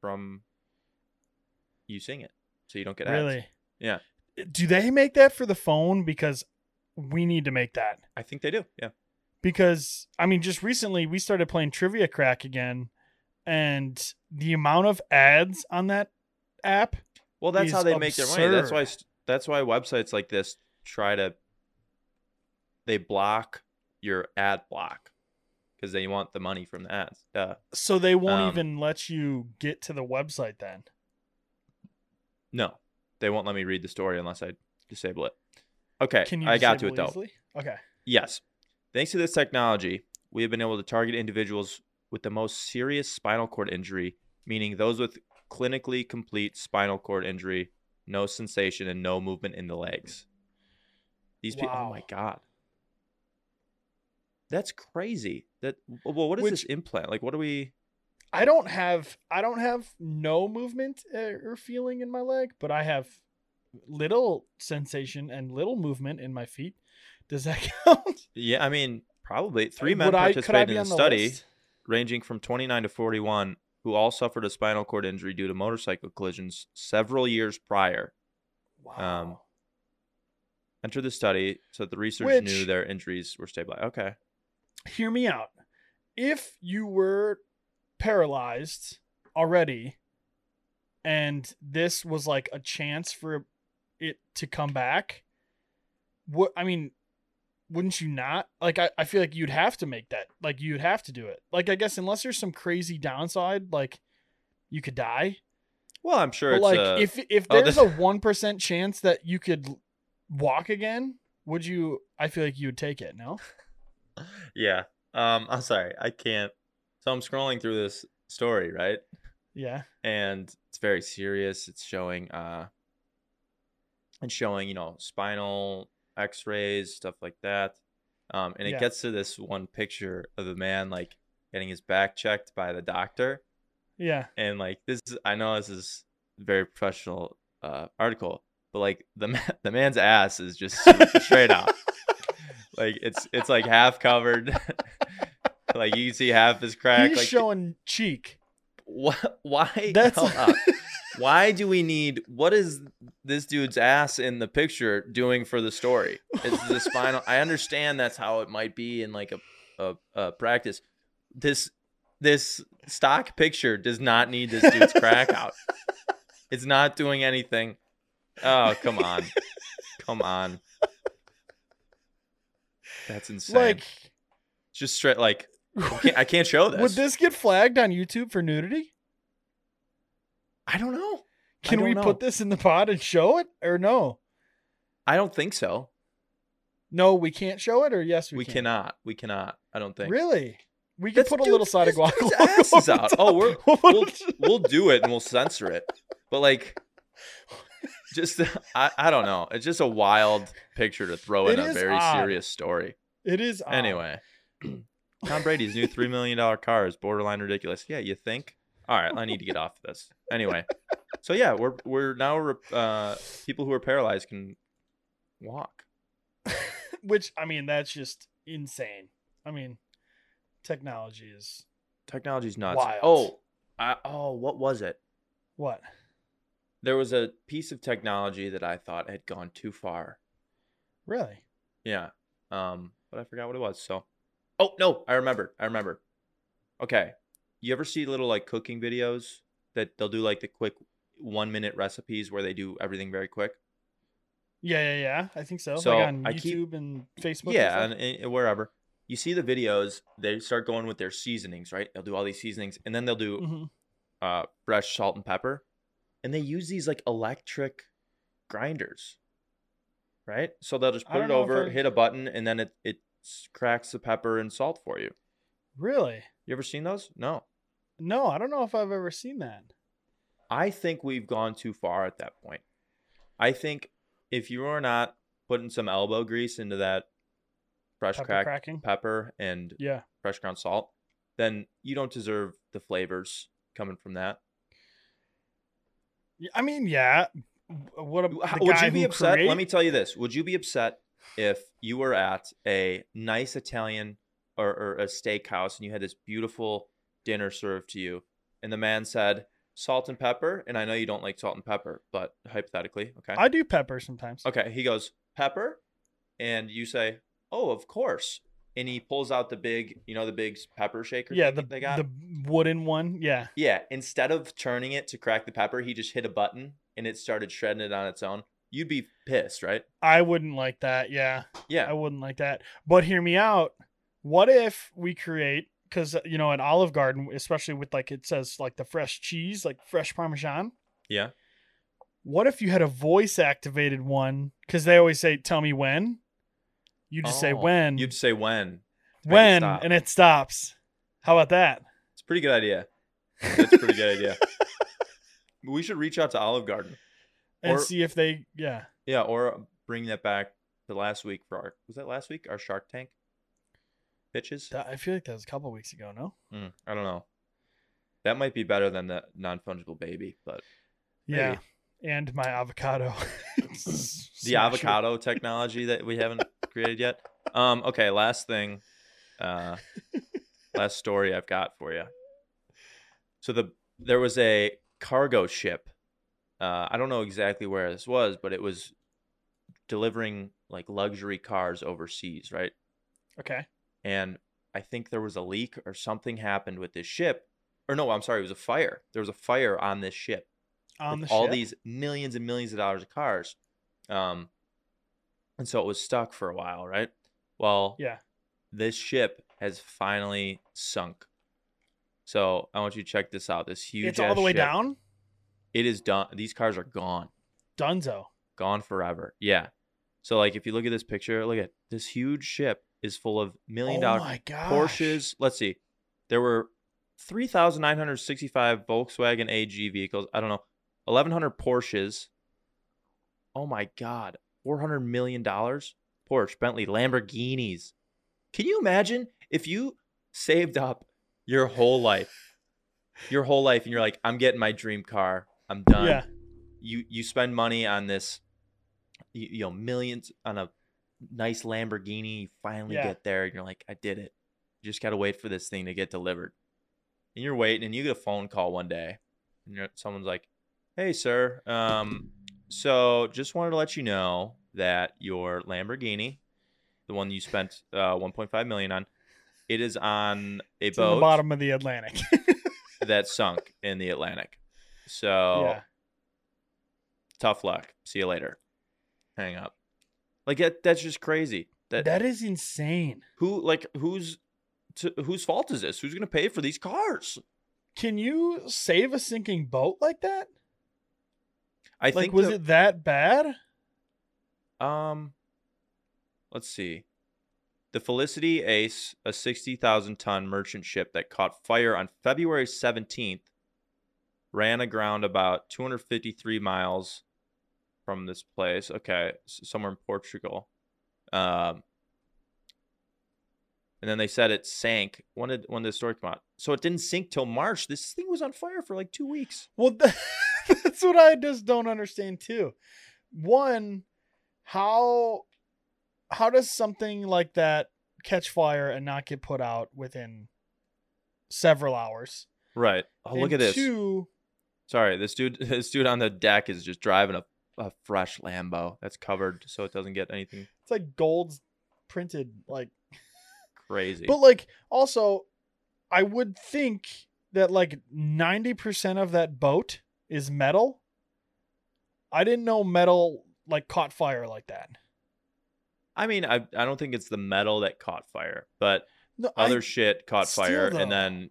[SPEAKER 1] from you seeing it, so you don't get ads.
[SPEAKER 2] really,
[SPEAKER 1] Yeah.
[SPEAKER 2] Do they make that for the phone? Because we need to make that.
[SPEAKER 1] I think they do. Yeah.
[SPEAKER 2] because I mean, just recently we started playing Trivia Crack again, and the amount of ads on that app.
[SPEAKER 1] Well, that's
[SPEAKER 2] is
[SPEAKER 1] how they make their money. That's why
[SPEAKER 2] absurd.
[SPEAKER 1] st- that's why websites like this try to they block your ad block because they want the money from the ads. Uh, Duh.
[SPEAKER 2] So they won't
[SPEAKER 1] Um,
[SPEAKER 2] even let you get to the website then.
[SPEAKER 1] No, they won't let me read the story unless I disable it. Okay,
[SPEAKER 2] Can you?
[SPEAKER 1] I got to it
[SPEAKER 2] disable
[SPEAKER 1] though.
[SPEAKER 2] easily? Okay.
[SPEAKER 1] Yes. Thanks to this technology, we have been able to target individuals with the most serious spinal cord injury, meaning those with clinically complete spinal cord injury, no sensation and no movement in the legs. These people, oh
[SPEAKER 2] Wow.
[SPEAKER 1] my God. That's crazy. That well, what is this
[SPEAKER 2] Which-
[SPEAKER 1] implant? Like, what do we?
[SPEAKER 2] I don't have I don't have no movement uh, or feeling in my leg, but I have little sensation and little movement in my feet. Does that *laughs* count?
[SPEAKER 1] Yeah, I mean, probably three men
[SPEAKER 2] Uh, Would I- could I
[SPEAKER 1] participated
[SPEAKER 2] be
[SPEAKER 1] in the
[SPEAKER 2] on the
[SPEAKER 1] study,
[SPEAKER 2] list?
[SPEAKER 1] ranging from 29 to 41, who all suffered a spinal cord injury due to motorcycle collisions several years prior. Um,
[SPEAKER 2] Wow.
[SPEAKER 1] entered the study so that the research
[SPEAKER 2] Which-
[SPEAKER 1] knew their injuries were stabilized. Okay.
[SPEAKER 2] hear me out. If you were paralyzed already and this was like a chance for it to come back, what I mean, wouldn't you not? Like I, I feel like you'd have to make that. Like you'd have to do it. Like I guess unless there's some crazy downside, like you could die.
[SPEAKER 1] Well, I'm sure
[SPEAKER 2] But
[SPEAKER 1] it's
[SPEAKER 2] like
[SPEAKER 1] uh,
[SPEAKER 2] if if
[SPEAKER 1] oh,
[SPEAKER 2] there's
[SPEAKER 1] the-
[SPEAKER 2] a one percent chance that you could walk again, would you I feel like you would take it, no?
[SPEAKER 1] yeah. Um, I'm sorry, I can't. So I'm scrolling through this story, right?
[SPEAKER 2] Yeah.
[SPEAKER 1] And it's very serious. It's showing, uh, and showing you know spinal X-rays stuff like that. Um, and it
[SPEAKER 2] Yeah.
[SPEAKER 1] gets to this one picture of the man like getting his back checked by the doctor,
[SPEAKER 2] Yeah.
[SPEAKER 1] and like this is, i know this is very professional uh article but like the ma- *laughs* the man's ass is just
[SPEAKER 2] *laughs*
[SPEAKER 1] super straight out like it's it's like half covered *laughs* like you can see half his crack
[SPEAKER 2] He's
[SPEAKER 1] like
[SPEAKER 2] showing cheek.
[SPEAKER 1] wh- why
[SPEAKER 2] That's
[SPEAKER 1] hold
[SPEAKER 2] *laughs*
[SPEAKER 1] up. why do we need what is this dude's ass in the picture doing for the story it's
[SPEAKER 2] *laughs*
[SPEAKER 1] the spinal i understand that's how it might be in like a, a, a practice this this stock picture does not need this dude's
[SPEAKER 2] *laughs*
[SPEAKER 1] crack out it's not doing anything oh come on come on that's insane
[SPEAKER 2] like,
[SPEAKER 1] it's just straight like I can't, I can't show this.
[SPEAKER 2] would this get flagged on YouTube for nudity?
[SPEAKER 1] i don't know I
[SPEAKER 2] Can we
[SPEAKER 1] don't know.
[SPEAKER 2] put this in the pod and show it, or no?
[SPEAKER 1] i don't think so
[SPEAKER 2] No, we can't show it, or yes, we,
[SPEAKER 1] we
[SPEAKER 2] can.
[SPEAKER 1] cannot we cannot i don't think
[SPEAKER 2] Really? We can
[SPEAKER 1] This
[SPEAKER 2] put a
[SPEAKER 1] dude-
[SPEAKER 2] little side of
[SPEAKER 1] this
[SPEAKER 2] guac.
[SPEAKER 1] dude's
[SPEAKER 2] logo *laughs*
[SPEAKER 1] ass is
[SPEAKER 2] over the
[SPEAKER 1] out.
[SPEAKER 2] top.
[SPEAKER 1] Oh, we're-
[SPEAKER 2] We'll put
[SPEAKER 1] we'll,
[SPEAKER 2] it-
[SPEAKER 1] we'll do it and we'll censor it. But like, just I, I don't know. It's just a wild picture to throw in
[SPEAKER 2] It
[SPEAKER 1] a
[SPEAKER 2] is
[SPEAKER 1] very
[SPEAKER 2] odd. Oh.
[SPEAKER 1] serious story.
[SPEAKER 2] it is odd.
[SPEAKER 1] Anyway, *clears throat* Tom Brady's new three million dollar car is borderline ridiculous. Yeah, you think? All right, I need to get off this. Anyway, so yeah, we're we're now re- uh, people who are paralyzed can walk.
[SPEAKER 2] Which I mean, that's just insane. I mean, technology is
[SPEAKER 1] Technology's nuts.
[SPEAKER 2] Wild.
[SPEAKER 1] Oh, I, oh, what was it?
[SPEAKER 2] what?
[SPEAKER 1] There was a piece of technology that I thought had gone too far
[SPEAKER 2] Really?
[SPEAKER 1] Yeah. Um, but I forgot what it was. So, oh no, I remember. I remember. Okay, you ever see little like cooking videos that they'll do like the quick one minute recipes where they do everything very quick?
[SPEAKER 2] Yeah, yeah, yeah. I think so.
[SPEAKER 1] So,
[SPEAKER 2] like on
[SPEAKER 1] I
[SPEAKER 2] YouTube
[SPEAKER 1] keep-
[SPEAKER 2] and Facebook.
[SPEAKER 1] yeah,
[SPEAKER 2] And
[SPEAKER 1] and, and wherever you see the videos, they start going with their seasonings, right? They'll do all these seasonings, and then they'll do
[SPEAKER 2] hmm
[SPEAKER 1] uh, fresh salt and pepper, and they use these like electric grinders, right? So they'll just
[SPEAKER 2] I
[SPEAKER 1] put
[SPEAKER 2] don't
[SPEAKER 1] it
[SPEAKER 2] know if
[SPEAKER 1] over,
[SPEAKER 2] I-
[SPEAKER 1] hit a button, and then it it s- cracks the pepper and salt for you.
[SPEAKER 2] Really?
[SPEAKER 1] You ever seen those? No.
[SPEAKER 2] No, I don't know if I've ever seen that.
[SPEAKER 1] I think we've gone too far at that point. I think if you are not putting some elbow grease into that fresh
[SPEAKER 2] Pepper
[SPEAKER 1] cracked
[SPEAKER 2] cracking.
[SPEAKER 1] pepper and
[SPEAKER 2] Yeah.
[SPEAKER 1] fresh ground salt, then you don't deserve the flavors coming from that.
[SPEAKER 2] Y- I mean, yeah. W- What a,
[SPEAKER 1] How-
[SPEAKER 2] the
[SPEAKER 1] Would
[SPEAKER 2] guy
[SPEAKER 1] you be
[SPEAKER 2] who
[SPEAKER 1] upset?
[SPEAKER 2] create-
[SPEAKER 1] Let me tell you this. Would you be upset if you were at a nice Italian or, or a steakhouse and you had this beautiful dinner served to you, and the man said salt and pepper? And I know you don't like salt and pepper, but hypothetically, okay.
[SPEAKER 2] I do pepper sometimes.
[SPEAKER 1] Okay, he goes, Pepper. And you say, Oh, of course. And he pulls out the big, you know, the big pepper shaker.
[SPEAKER 2] Yeah,
[SPEAKER 1] thing
[SPEAKER 2] the
[SPEAKER 1] they got.
[SPEAKER 2] the wooden one. Yeah.
[SPEAKER 1] yeah. Instead of turning it to crack the pepper, he just hit a button and it started shredding it on its own. You'd be pissed, right?
[SPEAKER 2] I wouldn't like that. Yeah. I
[SPEAKER 1] Yeah.
[SPEAKER 2] wouldn't like that. But hear me out. What if we create cuz you know, an Olive Garden, especially with like it says like the fresh cheese, like fresh parmesan,
[SPEAKER 1] Yeah.
[SPEAKER 2] what if you had a voice activated one cuz they always say tell me when? You just say
[SPEAKER 1] Oh,
[SPEAKER 2] when.
[SPEAKER 1] You'd say when. to make it
[SPEAKER 2] when
[SPEAKER 1] stop.
[SPEAKER 2] and it stops. How about that?
[SPEAKER 1] It's a pretty good idea. That's a pretty good *laughs* idea. We should reach out to Olive Garden.
[SPEAKER 2] and
[SPEAKER 1] Or-
[SPEAKER 2] see if they yeah.
[SPEAKER 1] Yeah. Or bring that back to last week for our, was that last week? Our Shark Tank pitches?
[SPEAKER 2] That- I feel like that was a couple weeks ago, no?
[SPEAKER 1] Mm, I don't know. That might be better than the non fungible baby, but
[SPEAKER 2] Yeah. And my avocado. *laughs*
[SPEAKER 1] the avocado technology that we haven't created yet. Um, okay, last thing, uh, last story I've got for you. So the there was a cargo ship. Uh, I don't know exactly where this was, but it was delivering like luxury cars overseas, right?
[SPEAKER 2] Okay.
[SPEAKER 1] and I think there was a leak or something happened with this ship. Or no, I'm sorry, it was a fire. There was a fire on this ship.
[SPEAKER 2] On
[SPEAKER 1] with
[SPEAKER 2] the
[SPEAKER 1] all
[SPEAKER 2] ship?
[SPEAKER 1] these millions and millions of dollars of cars. Um and so it was stuck for a while, right? Well,
[SPEAKER 2] Yeah.
[SPEAKER 1] this ship has finally sunk. So I want you to check this out. This huge
[SPEAKER 2] It's all
[SPEAKER 1] ass
[SPEAKER 2] the way
[SPEAKER 1] ship.
[SPEAKER 2] down.
[SPEAKER 1] It is done. These cars are gone.
[SPEAKER 2] Dunzo.
[SPEAKER 1] Gone forever. Yeah. So like if you look at this picture, look at this huge ship is full of million dollar
[SPEAKER 2] Oh my gosh.
[SPEAKER 1] Porsches. Let's see. There were 3,965 Volkswagen AG vehicles. I don't know. 1,100 Porsches. Oh my God. $400 million? Porsche, Bentley, Lamborghinis. Can you imagine if you saved up your whole life? Your whole life, and you're like, I'm getting my dream car. I'm done.
[SPEAKER 2] Yeah.
[SPEAKER 1] You you spend money on this, you, you know, millions on a nice Lamborghini. You finally
[SPEAKER 2] Yeah.
[SPEAKER 1] get there, and you're like, I did it. You just gotta wait for this thing to get delivered. And you're waiting, and you get a phone call one day, and you're, someone's like, "Hey, sir, um, so just wanted to let you know that your Lamborghini, the one you spent uh, 1.5 million on, it is on a
[SPEAKER 2] It's on
[SPEAKER 1] boat
[SPEAKER 2] the bottom of the Atlantic.
[SPEAKER 1] that sunk in the Atlantic. So
[SPEAKER 2] yeah.
[SPEAKER 1] tough luck. See you later. Hang up. Like that, that's just crazy. That,
[SPEAKER 2] that is insane.
[SPEAKER 1] who like who's to, whose fault is this? Who's gonna pay for these cars?
[SPEAKER 2] Can you save a sinking boat like that?
[SPEAKER 1] I
[SPEAKER 2] like
[SPEAKER 1] think
[SPEAKER 2] was
[SPEAKER 1] the-
[SPEAKER 2] it that bad?
[SPEAKER 1] Um, let's see. The Felicity Ace, a 60,000 ton merchant ship that caught fire on February 17th, ran aground about 253 miles from this place. Okay, s- somewhere in Portugal. Um, and then they said it sank. When did when did the story come out? So it didn't sink till March. This thing was on fire for like two weeks.
[SPEAKER 2] Well, *laughs* th- that's what I just don't understand too. One, how how does something like that catch fire and not get put out within several hours?
[SPEAKER 1] Right. Oh, look
[SPEAKER 2] And
[SPEAKER 1] at this.
[SPEAKER 2] Two,
[SPEAKER 1] Sorry, this dude, *laughs* this dude on the deck is just driving a, a fresh Lambo that's covered, so it doesn't get anything
[SPEAKER 2] it's like gold's printed like
[SPEAKER 1] crazy.
[SPEAKER 2] But like also I would think that like 90% of that boat is metal. I didn't know metal like caught fire like that.
[SPEAKER 1] I mean, I I don't think it's the metal that caught fire, but
[SPEAKER 2] No, I-
[SPEAKER 1] other shit caught
[SPEAKER 2] still
[SPEAKER 1] fire,
[SPEAKER 2] though.
[SPEAKER 1] and then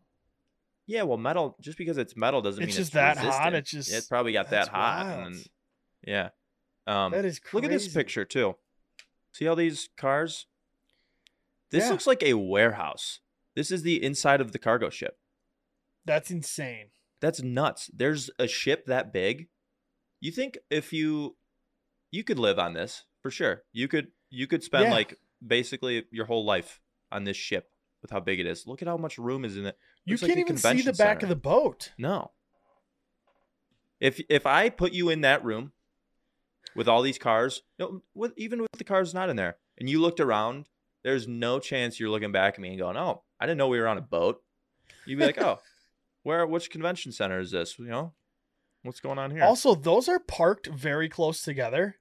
[SPEAKER 1] yeah, well, metal just because it's metal doesn't
[SPEAKER 2] It's
[SPEAKER 1] mean
[SPEAKER 2] just
[SPEAKER 1] it's
[SPEAKER 2] that hot,
[SPEAKER 1] resistant.
[SPEAKER 2] it's just-
[SPEAKER 1] it probably got that
[SPEAKER 2] that's
[SPEAKER 1] hot,
[SPEAKER 2] wild.
[SPEAKER 1] and then- yeah. Um,
[SPEAKER 2] that is crazy.
[SPEAKER 1] look at this picture too. See all these cars? This
[SPEAKER 2] Yeah.
[SPEAKER 1] looks like a warehouse. This is the inside of the cargo ship.
[SPEAKER 2] That's insane.
[SPEAKER 1] That's nuts. There's a ship that big. You think if you you could live on this for sure. You could you could spend
[SPEAKER 2] Yeah.
[SPEAKER 1] like basically your whole life on this ship with how big it is. Look at how much room is in it.
[SPEAKER 2] You
[SPEAKER 1] Looks like
[SPEAKER 2] can't
[SPEAKER 1] a
[SPEAKER 2] even see
[SPEAKER 1] convention
[SPEAKER 2] the back
[SPEAKER 1] center.
[SPEAKER 2] of the boat.
[SPEAKER 1] No. If if I put you in that room with all these cars, no, with, even with the cars not in there, and you looked around, there's no chance you're looking back at me and going, "Oh, I didn't know we were on a boat." You'd be like,
[SPEAKER 2] *laughs*
[SPEAKER 1] "Oh, where? Which convention center is this? You know, what's going on here?"
[SPEAKER 2] Also, those are parked very close together.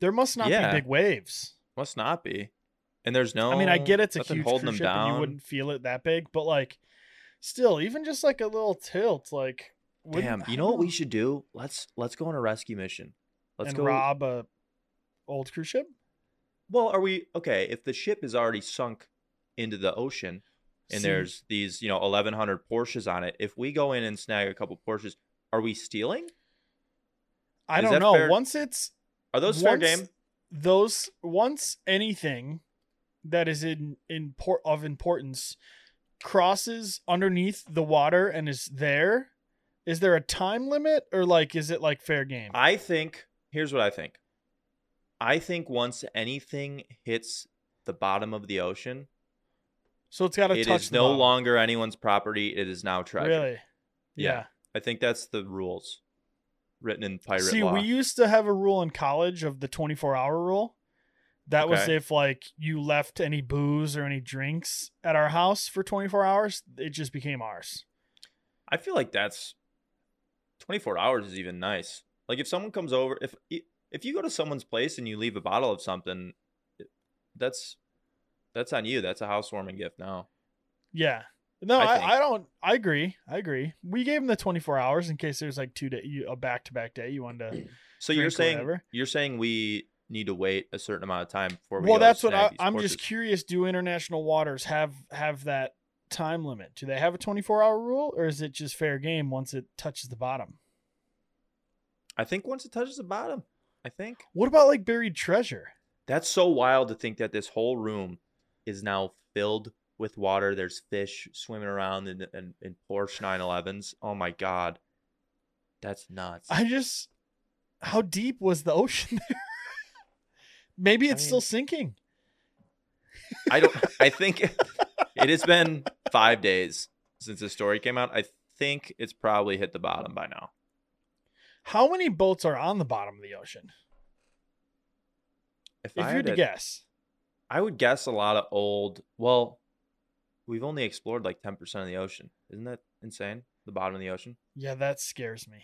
[SPEAKER 2] There must not
[SPEAKER 1] Yeah.
[SPEAKER 2] be big waves.
[SPEAKER 1] Must not be. And there's no.
[SPEAKER 2] I mean, I get it's a
[SPEAKER 1] Oh, nothing
[SPEAKER 2] huge
[SPEAKER 1] holding them
[SPEAKER 2] cruise ship
[SPEAKER 1] down.
[SPEAKER 2] and you wouldn't feel it that big, but like, still, even just like a little tilt, like, wouldn't-
[SPEAKER 1] Damn,
[SPEAKER 2] I
[SPEAKER 1] you
[SPEAKER 2] don't
[SPEAKER 1] know what we should do? Let's let's go on a rescue mission. Let's
[SPEAKER 2] and
[SPEAKER 1] go.
[SPEAKER 2] rob a old cruise ship.
[SPEAKER 1] Well, are we okay? If the ship is already sunk into the ocean, and
[SPEAKER 2] See,
[SPEAKER 1] there's these you know 1100 porsches on it if we go in and snag a couple porsches are we stealing
[SPEAKER 2] I
[SPEAKER 1] is
[SPEAKER 2] don't
[SPEAKER 1] that
[SPEAKER 2] know.
[SPEAKER 1] fair?
[SPEAKER 2] Once it's
[SPEAKER 1] are those fair
[SPEAKER 2] Once-
[SPEAKER 1] game
[SPEAKER 2] those once anything that is in in por- of importance crosses underneath the water and is there is there a time limit or like is it like fair game
[SPEAKER 1] i think here's what i think i think once anything hits the bottom of the ocean
[SPEAKER 2] so it's got to
[SPEAKER 1] it
[SPEAKER 2] touch
[SPEAKER 1] is
[SPEAKER 2] the
[SPEAKER 1] no
[SPEAKER 2] bottom.
[SPEAKER 1] longer anyone's property it is now treasure
[SPEAKER 2] really yeah,
[SPEAKER 1] Yeah, i think that's the rules written in pirate
[SPEAKER 2] see
[SPEAKER 1] law
[SPEAKER 2] we used to have a rule in college of the 24 hour rule that was
[SPEAKER 1] Okay.
[SPEAKER 2] if like you left any booze or any drinks at our house for 24 hours it just became ours
[SPEAKER 1] i feel like that's 24 hours is even nice like if someone comes over if if you go to someone's place and you leave a bottle of something that's that's on you that's a housewarming gift now
[SPEAKER 2] Yeah. No,
[SPEAKER 1] I
[SPEAKER 2] I,
[SPEAKER 1] think.
[SPEAKER 2] I, don't. I agree. I agree. We gave him the 24 hours in case there's like two day, you, a back to back day you
[SPEAKER 1] *clears throat*
[SPEAKER 2] wanted to.
[SPEAKER 1] so you're
[SPEAKER 2] Drink or
[SPEAKER 1] saying
[SPEAKER 2] whatever.
[SPEAKER 1] you're saying we need to wait a certain amount of time before we
[SPEAKER 2] well,
[SPEAKER 1] go
[SPEAKER 2] that's what
[SPEAKER 1] snag
[SPEAKER 2] I,
[SPEAKER 1] these
[SPEAKER 2] I'm just
[SPEAKER 1] horses?
[SPEAKER 2] curious. Do international waters have have that time limit? Do they have a 24 hour rule, or is it just fair game once it touches the bottom?
[SPEAKER 1] i think once it touches the bottom i think
[SPEAKER 2] What about like buried treasure?
[SPEAKER 1] that's so wild to think that this whole room is now filled with water there's fish swimming around in in, in porsche 911s oh my god that's nuts
[SPEAKER 2] I just, how deep was the ocean *laughs* there? Maybe
[SPEAKER 1] I
[SPEAKER 2] it's still
[SPEAKER 1] mean-
[SPEAKER 2] sinking.
[SPEAKER 1] I
[SPEAKER 2] *laughs*
[SPEAKER 1] don't. I think it has been five days since this story came out. I think it's probably hit the bottom by now.
[SPEAKER 2] How many boats are on the bottom of the ocean? If
[SPEAKER 1] I
[SPEAKER 2] you had to guess,
[SPEAKER 1] I would guess a lot of old. Well, we've only explored like ten percent of the ocean. Isn't that insane? The bottom of the ocean.
[SPEAKER 2] yeah, that scares me.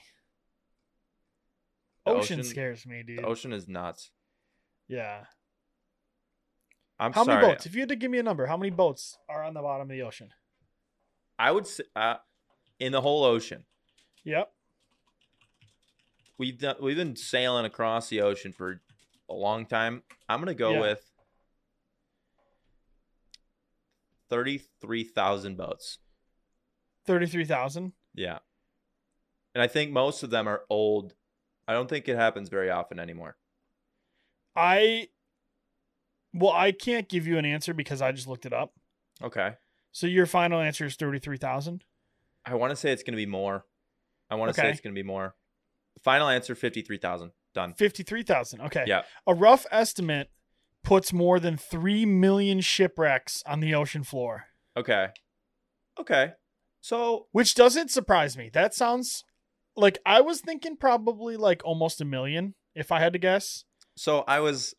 [SPEAKER 1] The
[SPEAKER 2] Ocean,
[SPEAKER 1] ocean-
[SPEAKER 2] scares me, dude.
[SPEAKER 1] The ocean is nuts.
[SPEAKER 2] Yeah.
[SPEAKER 1] I'm
[SPEAKER 2] how
[SPEAKER 1] sorry.
[SPEAKER 2] many boats? If you had to give me a number, how many boats are on the bottom of the ocean?
[SPEAKER 1] I would say uh, in the whole ocean.
[SPEAKER 2] Yep.
[SPEAKER 1] We've done, we've been sailing across the ocean for a long time. I'm gonna go
[SPEAKER 2] Yeah.
[SPEAKER 1] with thirty-three thousand boats.
[SPEAKER 2] 33,000.
[SPEAKER 1] Yeah. And I think most of them are old. I don't think it happens very often anymore.
[SPEAKER 2] I Well, I can't give you an answer because I just looked it up.
[SPEAKER 1] Okay.
[SPEAKER 2] So your final answer is 33,000?
[SPEAKER 1] I want to say it's going to be more. I want to say
[SPEAKER 2] Okay.
[SPEAKER 1] it's going to be more. Final answer 53,000. Done.
[SPEAKER 2] 53,000. Okay.
[SPEAKER 1] Yeah.
[SPEAKER 2] A rough estimate puts more than 3 million shipwrecks on the ocean floor,
[SPEAKER 1] Okay. Okay. So,
[SPEAKER 2] which doesn't surprise me. That sounds like I was thinking probably like almost a million if I had to guess.
[SPEAKER 1] so I was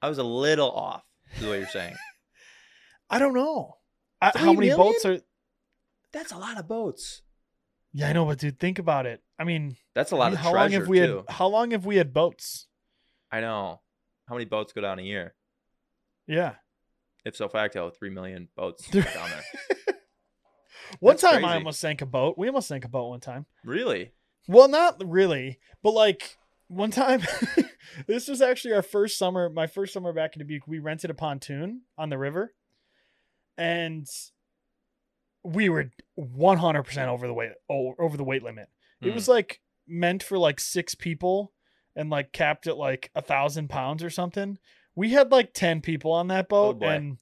[SPEAKER 1] I was a little off is what you're saying.
[SPEAKER 2] I don't know. I,
[SPEAKER 1] Three
[SPEAKER 2] how many
[SPEAKER 1] million?
[SPEAKER 2] boats are
[SPEAKER 1] *laughs* That's a lot of boats.
[SPEAKER 2] Yeah, I know, but dude, think about it. I mean,
[SPEAKER 1] That's a lot of
[SPEAKER 2] how
[SPEAKER 1] treasure
[SPEAKER 2] long have we
[SPEAKER 1] too.
[SPEAKER 2] had? How long have we had boats?
[SPEAKER 1] I know. How many boats go down a year?
[SPEAKER 2] Yeah.
[SPEAKER 1] If so facto, 3 million *laughs* boats down there.
[SPEAKER 2] One
[SPEAKER 1] That's
[SPEAKER 2] time
[SPEAKER 1] crazy.
[SPEAKER 2] I almost sank a boat. We almost sank a boat one time.
[SPEAKER 1] Really?
[SPEAKER 2] Well, not really, but like one time, *laughs* this was actually our first summer, my first summer back in Dubuque. We rented a pontoon on the river, and we were 100% over the weight o- over the weight limit. It
[SPEAKER 1] Hmm.
[SPEAKER 2] was like meant for like six people and like capped at like a thousand pounds or something. We had like 10 people on that boat
[SPEAKER 1] Oh, boy.
[SPEAKER 2] and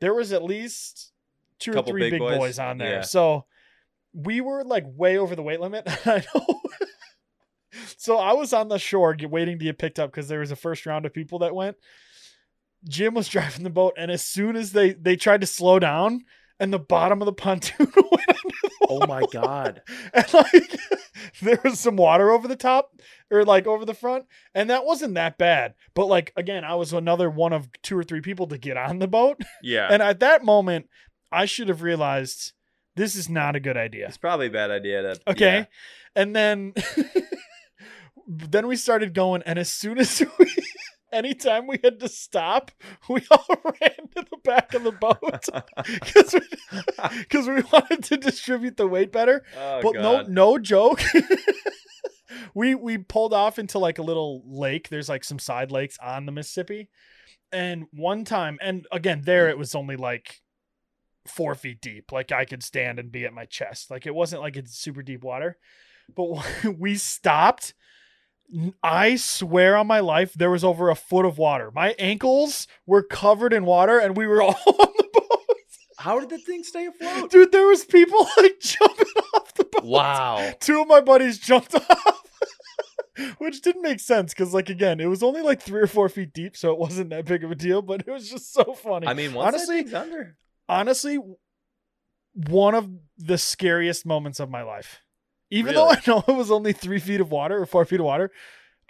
[SPEAKER 2] there was at least two or
[SPEAKER 1] Couple
[SPEAKER 2] three
[SPEAKER 1] big
[SPEAKER 2] big,
[SPEAKER 1] boys.
[SPEAKER 2] boys. on there.
[SPEAKER 1] Yeah.
[SPEAKER 2] *laughs* So we were like way over the weight limit. I know so I was on the shore get- waiting to get picked up because there was a first round of people that went. Jim was *laughs* driving the boat, and as soon as they they tried to slow down, and the bottom of the pontoon *laughs* went under the
[SPEAKER 1] Oh *laughs* my god.
[SPEAKER 2] and like *laughs* there was some water over the top or like over the front and that wasn't that bad but like again i was another one of two or three people to get on the boat
[SPEAKER 1] Yeah.
[SPEAKER 2] and at that moment i should have realized this is not a good idea
[SPEAKER 1] it's probably a bad idea to
[SPEAKER 2] okay
[SPEAKER 1] yeah.
[SPEAKER 2] and then *laughs* then we started going and as soon as *laughs* we anytime we had to stop we all *laughs* ran to the back of
[SPEAKER 1] *laughs*
[SPEAKER 2] the boat *laughs* because we, *laughs* because we wanted to distribute the weight better
[SPEAKER 1] Oh,
[SPEAKER 2] but
[SPEAKER 1] god.
[SPEAKER 2] no no joke *laughs* we we pulled off into like a little lake there's like some side lakes on the mississippi and one time and again there it was only like four feet deep like i could stand and be at my chest like it wasn't like it's super deep water but *laughs* we stopped N- I swear on my life, there was over a foot of water. My ankles were covered in water, and we were *laughs* all on the boat.
[SPEAKER 1] How did the thing stay *laughs* afloat?
[SPEAKER 2] Dude, there was people like *laughs* jumping off the boat
[SPEAKER 1] wow.
[SPEAKER 2] two of my buddies jumped *laughs* off which didn't make sense because like again it was only like three or four feet deep so it wasn't that big of a deal but it was just so funny
[SPEAKER 1] I mean, once
[SPEAKER 2] Honestly-
[SPEAKER 1] honestly, under.
[SPEAKER 2] honestly one of the scariest moments of my life even though
[SPEAKER 1] Really?
[SPEAKER 2] i know it was only three feet of water or four feet of water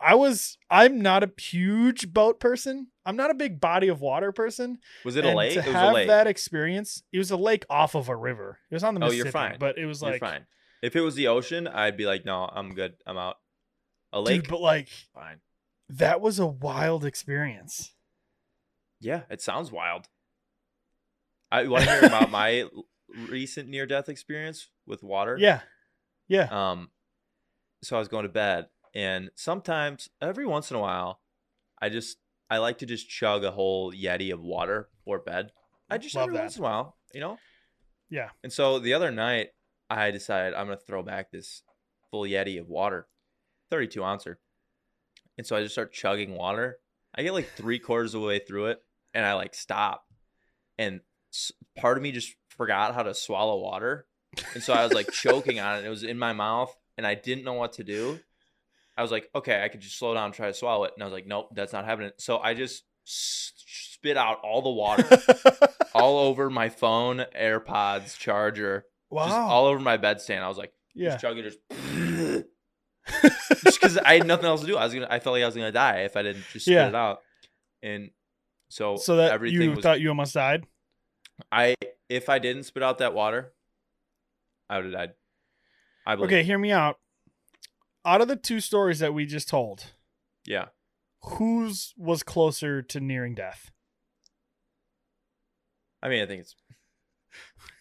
[SPEAKER 2] i was i'm not a huge boat person i'm not a big body of water person
[SPEAKER 1] Was it a
[SPEAKER 2] and
[SPEAKER 1] lake?
[SPEAKER 2] to
[SPEAKER 1] It was
[SPEAKER 2] have
[SPEAKER 1] a lake.
[SPEAKER 2] that experience it was a lake off of a river it was on the
[SPEAKER 1] Oh,
[SPEAKER 2] mississippi
[SPEAKER 1] you're fine.
[SPEAKER 2] but it was
[SPEAKER 1] You're
[SPEAKER 2] like
[SPEAKER 1] fine. If it was the ocean, I'd be like, no, I'm good. I'm out. A lake,
[SPEAKER 2] dude but like
[SPEAKER 1] fine.
[SPEAKER 2] that was a wild experience
[SPEAKER 1] Yeah, it sounds wild. I want to hear about
[SPEAKER 2] *laughs*
[SPEAKER 1] my l- recent near-death experience with water.
[SPEAKER 2] Yeah. Yeah.
[SPEAKER 1] Um, so I was going to bed, and sometimes, every once in a while, I just I like to just chug a whole yeti of water before bed. I just
[SPEAKER 2] Love
[SPEAKER 1] every
[SPEAKER 2] that.
[SPEAKER 1] once in a while, you know.
[SPEAKER 2] Yeah.
[SPEAKER 1] And so the other night, I decided I'm gonna throw back this full yeti of water, 32 ouncer, and so I just start chugging water. I get like three quarters of the way through it, and I like stop, and s- part of me just forgot how to swallow water, and so I was like choking on it. It was in my mouth, and I didn't know what to do. I was like, okay, I could just slow down and try to swallow it. And I was like, nope, that's not happening. So I just s- spit out all the water
[SPEAKER 2] *laughs*
[SPEAKER 1] all over my phone, AirPods, charger,
[SPEAKER 2] wow.
[SPEAKER 1] just all over my bedstand. I was like,
[SPEAKER 2] yeah.
[SPEAKER 1] just chugging,
[SPEAKER 2] *laughs*
[SPEAKER 1] just because I had nothing else to do. I was gonna, I felt like I was gonna die if I didn't just spit
[SPEAKER 2] Yeah.
[SPEAKER 1] it out. And so,
[SPEAKER 2] So that
[SPEAKER 1] everything
[SPEAKER 2] you
[SPEAKER 1] was,
[SPEAKER 2] thought you almost died.
[SPEAKER 1] I if I didn't spit out that water, I would have died. I believe.
[SPEAKER 2] Okay, hear me out. Out of the two stories that we just told,
[SPEAKER 1] Yeah.
[SPEAKER 2] whose was closer to nearing death?
[SPEAKER 1] I mean, I think it's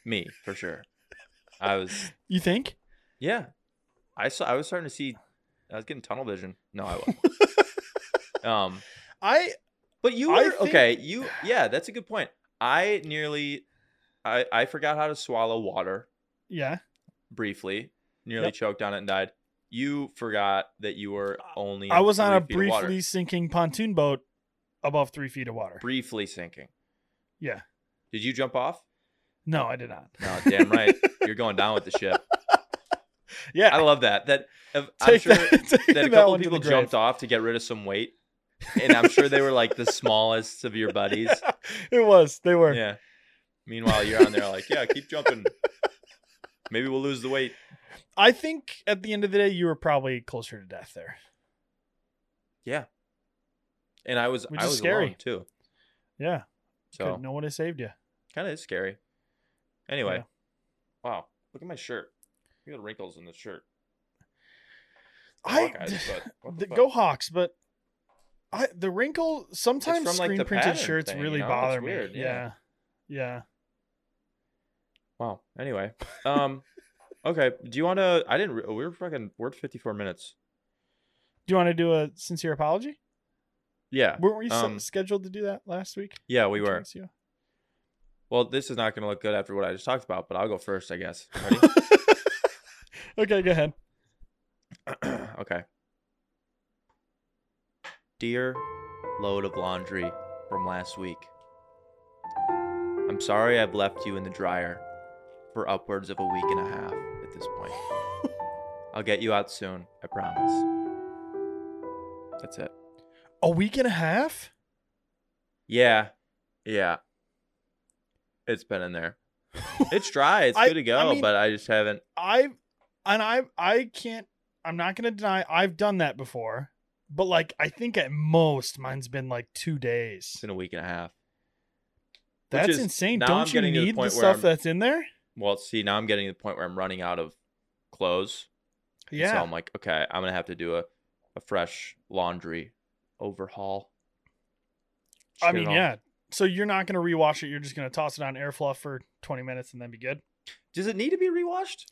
[SPEAKER 1] me for sure. I was
[SPEAKER 2] You think?
[SPEAKER 1] Yeah, I saw. I was starting to see. I was getting tunnel vision. No, I wasn't.
[SPEAKER 2] *laughs*
[SPEAKER 1] um,
[SPEAKER 2] I
[SPEAKER 1] but you
[SPEAKER 2] I
[SPEAKER 1] were
[SPEAKER 2] think-
[SPEAKER 1] okay. You yeah, that's a good point. I nearly, I I forgot how to swallow water
[SPEAKER 2] yeah.
[SPEAKER 1] briefly. Nearly
[SPEAKER 2] Yep.
[SPEAKER 1] choked on it and died. You forgot that you were only.
[SPEAKER 2] I was
[SPEAKER 1] three
[SPEAKER 2] on a
[SPEAKER 1] feet of water,
[SPEAKER 2] briefly sinking pontoon boat above three feet of water.
[SPEAKER 1] briefly sinking.
[SPEAKER 2] Yeah.
[SPEAKER 1] Did you jump off?
[SPEAKER 2] No, I did not.
[SPEAKER 1] No, damn right. You're going down with the ship.
[SPEAKER 2] *laughs* yeah.
[SPEAKER 1] I love that. That of- I'm
[SPEAKER 2] take
[SPEAKER 1] sure
[SPEAKER 2] that, *laughs* take
[SPEAKER 1] that a
[SPEAKER 2] that
[SPEAKER 1] couple
[SPEAKER 2] one
[SPEAKER 1] of
[SPEAKER 2] to the
[SPEAKER 1] people
[SPEAKER 2] grave.
[SPEAKER 1] jumped off to get rid of some weight. And I'm sure they were like
[SPEAKER 2] *laughs*
[SPEAKER 1] the smallest of your buddies.
[SPEAKER 2] it was. They were.
[SPEAKER 1] Yeah. Meanwhile, you're on there like, yeah, keep jumping. Maybe we'll lose the weight.
[SPEAKER 2] I think at the end of the day, you were probably closer to death there.
[SPEAKER 1] And I was,
[SPEAKER 2] Which
[SPEAKER 1] I
[SPEAKER 2] is
[SPEAKER 1] was
[SPEAKER 2] scary.
[SPEAKER 1] alone too.
[SPEAKER 2] Yeah.
[SPEAKER 1] So
[SPEAKER 2] Good. No one has saved you.
[SPEAKER 1] kind of is scary. Anyway, wow, look at my shirt. Look at the wrinkles in the shirt.
[SPEAKER 2] I. *laughs*
[SPEAKER 1] Hawkeyes, but what the
[SPEAKER 2] the,
[SPEAKER 1] fuck?
[SPEAKER 2] go Hawks, but I the wrinkle sometimes
[SPEAKER 1] from, like,
[SPEAKER 2] screen
[SPEAKER 1] the
[SPEAKER 2] printed
[SPEAKER 1] pattern
[SPEAKER 2] shirts
[SPEAKER 1] thing, you
[SPEAKER 2] really
[SPEAKER 1] know? It's
[SPEAKER 2] bother me.
[SPEAKER 1] weird,
[SPEAKER 2] yeah.
[SPEAKER 1] yeah.
[SPEAKER 2] yeah.
[SPEAKER 1] Wow. Anyway, um, okay. Do you want to? I didn't. Re- we were fucking. We're at 54 minutes.
[SPEAKER 2] Do you want to do a sincere apology?
[SPEAKER 1] Yeah.
[SPEAKER 2] Weren't we s-
[SPEAKER 1] um,
[SPEAKER 2] scheduled to do that last week?
[SPEAKER 1] Yeah, we
[SPEAKER 2] Two
[SPEAKER 1] were.
[SPEAKER 2] weeks ago?
[SPEAKER 1] Well, this is not going to look good after what I just talked about, but I'll go first, I guess. Ready?
[SPEAKER 2] *laughs* okay, go ahead.
[SPEAKER 1] *clears throat* okay. Dear load of laundry from last week. I'm sorry I've left you in the dryer for
[SPEAKER 2] *laughs*
[SPEAKER 1] upwards of a week and a half at this point. I'll get you out soon, I promise. That's it.
[SPEAKER 2] A week and a half?
[SPEAKER 1] Yeah. Yeah. It's been in there. *laughs* It's dry. It's
[SPEAKER 2] I-
[SPEAKER 1] good to go,
[SPEAKER 2] I mean-
[SPEAKER 1] but I just haven't.
[SPEAKER 2] *laughs* I and I I can't I'm not gonna deny I've done that before. But like I think at most mine's been like two days.
[SPEAKER 1] It's in a week and a half. Which
[SPEAKER 2] That's
[SPEAKER 1] is-
[SPEAKER 2] insane.
[SPEAKER 1] now
[SPEAKER 2] Don't
[SPEAKER 1] I'm
[SPEAKER 2] you
[SPEAKER 1] getting to the
[SPEAKER 2] need the,
[SPEAKER 1] point where
[SPEAKER 2] stuff
[SPEAKER 1] I'm-
[SPEAKER 2] that's in there?
[SPEAKER 1] Well, see, now I'm getting to the point where I'm running out of clothes. And
[SPEAKER 2] Yeah.
[SPEAKER 1] So I'm like, okay, I'm gonna have to do a, a fresh laundry overhaul. Just
[SPEAKER 2] I
[SPEAKER 1] get it
[SPEAKER 2] mean,
[SPEAKER 1] all-
[SPEAKER 2] yeah. So you're not gonna rewash it. You're just gonna toss it on air fluff for 20 minutes and then be good.
[SPEAKER 1] Does it need to be rewashed?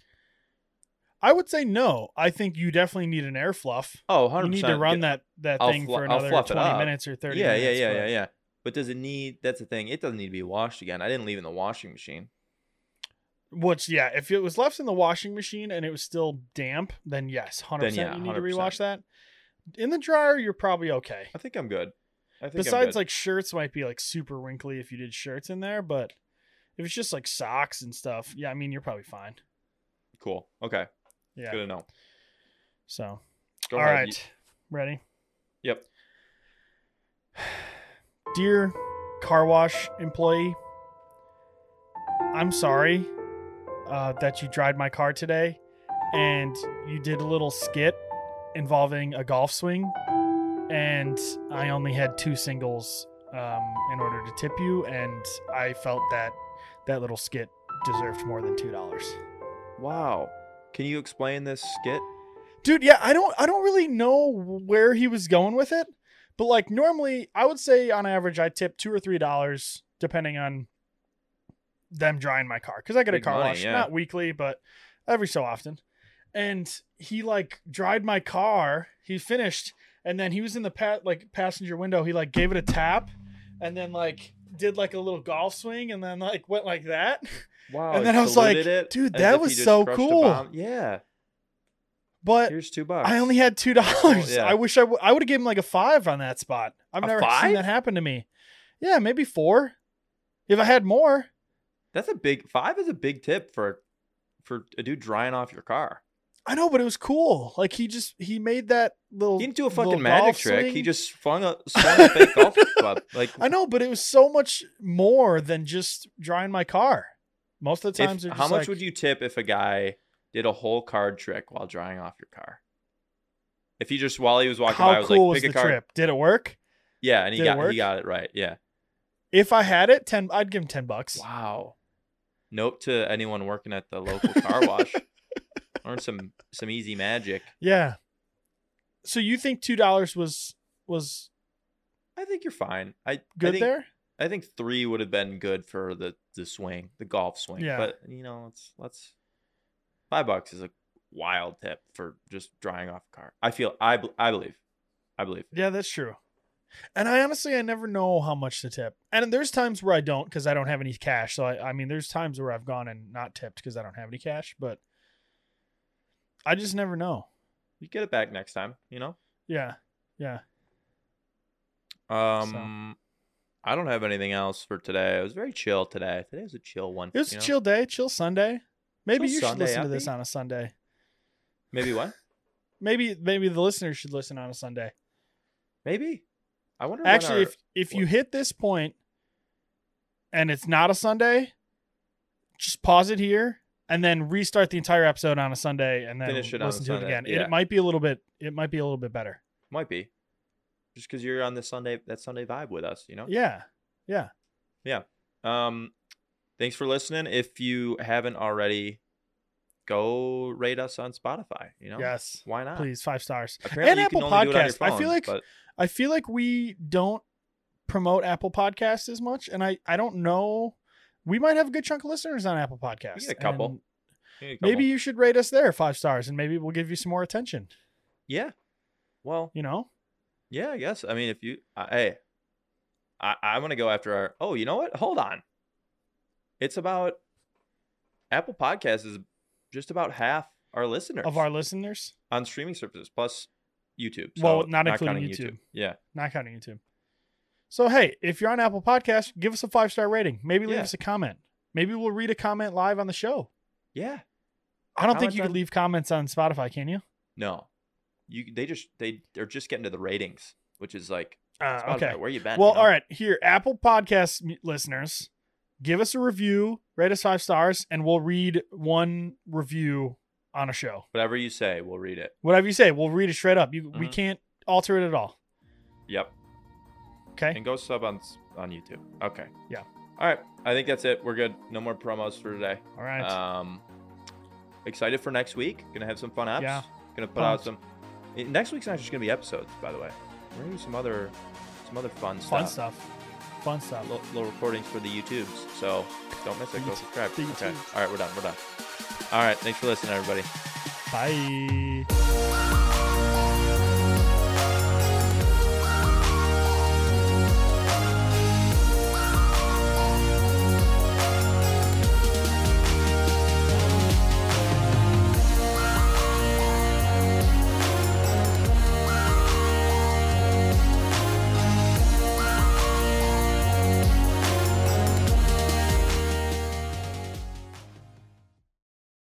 [SPEAKER 2] I would say no. I think you definitely need an air fluff.
[SPEAKER 1] Oh, 100
[SPEAKER 2] You need
[SPEAKER 1] percent.
[SPEAKER 2] to run that that
[SPEAKER 1] I'll
[SPEAKER 2] thing
[SPEAKER 1] flu-
[SPEAKER 2] for
[SPEAKER 1] I'll
[SPEAKER 2] another
[SPEAKER 1] fluff it
[SPEAKER 2] 20
[SPEAKER 1] up.
[SPEAKER 2] minutes or 30
[SPEAKER 1] yeah,
[SPEAKER 2] minutes.
[SPEAKER 1] yeah, yeah,
[SPEAKER 2] but-
[SPEAKER 1] yeah, yeah. But does it need? That's the thing. It doesn't need to be washed again. I didn't leave it in the washing machine.
[SPEAKER 2] Which yeah, if it was left in the washing machine and it was still damp, then yes, hundred
[SPEAKER 1] yeah,
[SPEAKER 2] percent. You need to
[SPEAKER 1] 100%.
[SPEAKER 2] rewash that. In the dryer, you're probably okay.
[SPEAKER 1] I think I'm good. I think I'm
[SPEAKER 2] Besides,
[SPEAKER 1] good.
[SPEAKER 2] like shirts might be like super wrinkly if you did shirts in there, but if it's just like socks and stuff, yeah, I mean you're probably fine.
[SPEAKER 1] cool. Okay,
[SPEAKER 2] Yeah.
[SPEAKER 1] good to know.
[SPEAKER 2] So
[SPEAKER 1] Go
[SPEAKER 2] all
[SPEAKER 1] ahead.
[SPEAKER 2] right,
[SPEAKER 1] You-
[SPEAKER 2] ready?
[SPEAKER 1] Yep.
[SPEAKER 2] *sighs* Dear car wash employee, I'm sorry uh, that you dried my car today and you did a little skit involving a golf swing, and I only had two singles um, in order to tip you, and I felt that that little skit deserved more than two dollars.
[SPEAKER 1] Wow. Can you explain this skit?
[SPEAKER 2] dude yeah i don't i don't really know where he was going with it but like normally i would say on average i tip two or three dollars depending on them drying my car because i get a
[SPEAKER 1] Big
[SPEAKER 2] car
[SPEAKER 1] money,
[SPEAKER 2] wash
[SPEAKER 1] yeah.
[SPEAKER 2] not weekly but every so often and he like dried my car he finished and then he was in the pa- like passenger window he like gave it a tap and then like did like a little golf swing and then like went like that
[SPEAKER 1] Wow.
[SPEAKER 2] And
[SPEAKER 1] he
[SPEAKER 2] then I was like,
[SPEAKER 1] saluted it
[SPEAKER 2] dude,
[SPEAKER 1] as
[SPEAKER 2] that
[SPEAKER 1] if he
[SPEAKER 2] was
[SPEAKER 1] just
[SPEAKER 2] so
[SPEAKER 1] crushed a
[SPEAKER 2] cool.
[SPEAKER 1] bomb. Yeah.
[SPEAKER 2] but
[SPEAKER 1] Here's two bucks.
[SPEAKER 2] I only had two dollars.
[SPEAKER 1] yeah.
[SPEAKER 2] I wish I would. I would have given him like a five on that spot. I've
[SPEAKER 1] A
[SPEAKER 2] never
[SPEAKER 1] five?
[SPEAKER 2] seen that happen to me. Yeah, maybe four. If I had more,
[SPEAKER 1] That's a big five. Is a big tip for for a dude drying off your car.
[SPEAKER 2] I know, but it was cool. Like he just he made that little.
[SPEAKER 1] He didn't do a
[SPEAKER 2] little
[SPEAKER 1] fucking magic
[SPEAKER 2] golf
[SPEAKER 1] trick. He
[SPEAKER 2] swing.
[SPEAKER 1] just flung a, swung a fake
[SPEAKER 2] *laughs*
[SPEAKER 1] golf club. Like
[SPEAKER 2] I know, but it was so much more than just drying my car. Most of the
[SPEAKER 1] if-
[SPEAKER 2] times, they're just
[SPEAKER 1] how much
[SPEAKER 2] like,
[SPEAKER 1] would you tip if a guy did a whole card trick while drying off your car? If he just while he was walking by,
[SPEAKER 2] How
[SPEAKER 1] was
[SPEAKER 2] cool
[SPEAKER 1] like,
[SPEAKER 2] was
[SPEAKER 1] pick
[SPEAKER 2] the
[SPEAKER 1] a card.
[SPEAKER 2] trip? Did it work?
[SPEAKER 1] Yeah, and he
[SPEAKER 2] Did it
[SPEAKER 1] got
[SPEAKER 2] work?
[SPEAKER 1] he got it right. Yeah.
[SPEAKER 2] If I had it, ten. I'd give him ten bucks.
[SPEAKER 1] Wow. Note to anyone working at the local car
[SPEAKER 2] *laughs*
[SPEAKER 1] wash. Learn some some easy magic.
[SPEAKER 2] Yeah. So you think two dollars was was
[SPEAKER 1] I think you're fine. I I
[SPEAKER 2] good
[SPEAKER 1] think,
[SPEAKER 2] there?
[SPEAKER 1] I think three would have been good for the the swing, the golf swing.
[SPEAKER 2] Yeah.
[SPEAKER 1] But you know, it's let's five bucks is a wild tip for just drying off a car. I feel I bel- I believe, I believe.
[SPEAKER 2] Yeah, that's true. And I honestly, I never know how much to tip. And there's times where I don't because I don't have any cash. So I, I mean, there's times where I've gone and not tipped because I don't have any cash. But I just never know.
[SPEAKER 1] You get it back next time. You know.
[SPEAKER 2] Yeah, yeah.
[SPEAKER 1] Um, I don't have anything else for today. It was very chill today. Today was a chill one.
[SPEAKER 2] It was
[SPEAKER 1] you
[SPEAKER 2] a
[SPEAKER 1] know?
[SPEAKER 2] chill day, chill Sunday. Maybe
[SPEAKER 1] Chill
[SPEAKER 2] you
[SPEAKER 1] Sunday,
[SPEAKER 2] should listen
[SPEAKER 1] I
[SPEAKER 2] to this
[SPEAKER 1] think.
[SPEAKER 2] on a Sunday.
[SPEAKER 1] Maybe what?
[SPEAKER 2] Maybe maybe the listeners should listen on a Sunday.
[SPEAKER 1] Maybe. I wonder. when
[SPEAKER 2] Actually,
[SPEAKER 1] our-
[SPEAKER 2] if if you hit this point and it's not a Sunday, just pause it here and then restart the entire episode on a Sunday and then
[SPEAKER 1] Finish it on a
[SPEAKER 2] listen to it
[SPEAKER 1] Sunday,
[SPEAKER 2] again.
[SPEAKER 1] yeah.
[SPEAKER 2] It might be a little bit it might be a little bit better.
[SPEAKER 1] might be, just because you're on the Sunday that Sunday vibe with us, you know.
[SPEAKER 2] Yeah.
[SPEAKER 1] Um, thanks for listening. If you haven't already, go rate us on Spotify. You know,
[SPEAKER 2] Yes.
[SPEAKER 1] why not?
[SPEAKER 2] Please, five stars.
[SPEAKER 1] Apparently,
[SPEAKER 2] And
[SPEAKER 1] you can
[SPEAKER 2] Apple
[SPEAKER 1] only do it on your
[SPEAKER 2] Podcasts. I feel
[SPEAKER 1] phone,
[SPEAKER 2] like-
[SPEAKER 1] but
[SPEAKER 2] I feel like we don't promote Apple Podcasts as much, and I I don't know. We might have a good chunk of listeners on Apple Podcasts.
[SPEAKER 1] get a couple.
[SPEAKER 2] and
[SPEAKER 1] you need a couple.
[SPEAKER 2] Maybe you should rate us there five stars, and maybe we'll give you some more attention.
[SPEAKER 1] yeah. Well,
[SPEAKER 2] You know,
[SPEAKER 1] yeah, I guess. I mean, if you, I, hey, I, I'm gonna go after our. Oh, you know what? Hold on. It's about Apple Podcasts is just about half our listeners
[SPEAKER 2] of our listeners,
[SPEAKER 1] on streaming services plus YouTube. So
[SPEAKER 2] Well, not including
[SPEAKER 1] counting
[SPEAKER 2] YouTube.
[SPEAKER 1] Yeah,
[SPEAKER 2] not counting YouTube. So hey, if you're on Apple Podcasts, give us a five star rating. Maybe leave
[SPEAKER 1] Yeah.
[SPEAKER 2] us a comment. Maybe we'll read a comment live on the show.
[SPEAKER 1] yeah.
[SPEAKER 2] I don't
[SPEAKER 1] How
[SPEAKER 2] think
[SPEAKER 1] much
[SPEAKER 2] you
[SPEAKER 1] on-
[SPEAKER 2] can leave comments on Spotify, can you?
[SPEAKER 1] No, you they just they they're just getting to the ratings, which is like
[SPEAKER 2] Uh,
[SPEAKER 1] Spotify,
[SPEAKER 2] okay.
[SPEAKER 1] where you been?
[SPEAKER 2] Well,
[SPEAKER 1] you know?
[SPEAKER 2] all right. Here, Apple Podcast m- listeners, give us a review, rate us five stars, and we'll read one review on a show.
[SPEAKER 1] Whatever you say, we'll read it.
[SPEAKER 2] Whatever you say, we'll read it straight up. You, we
[SPEAKER 1] Mhm.
[SPEAKER 2] can't alter it at all.
[SPEAKER 1] Yep.
[SPEAKER 2] Okay.
[SPEAKER 1] And go sub on s- on YouTube. Okay.
[SPEAKER 2] Yeah.
[SPEAKER 1] All right. I think that's it. We're good. No more promos for today.
[SPEAKER 2] All right.
[SPEAKER 1] Um, excited for next week. Gonna have some fun apps.
[SPEAKER 2] Yeah.
[SPEAKER 1] Gonna put
[SPEAKER 2] Pumped.
[SPEAKER 1] out some. eh, Next week's not just gonna be episodes, by the way. We're gonna do some other, some other fun stuff.
[SPEAKER 2] Fun stuff. Fun stuff.
[SPEAKER 1] Little, little recordings for the YouTubes. So don't miss it. Go
[SPEAKER 2] YouTube-
[SPEAKER 1] subscribe.
[SPEAKER 2] the
[SPEAKER 1] Okay.
[SPEAKER 2] YouTubes.
[SPEAKER 1] All right. We're done. We're done. All right. Thanks for listening, everybody.
[SPEAKER 2] Bye.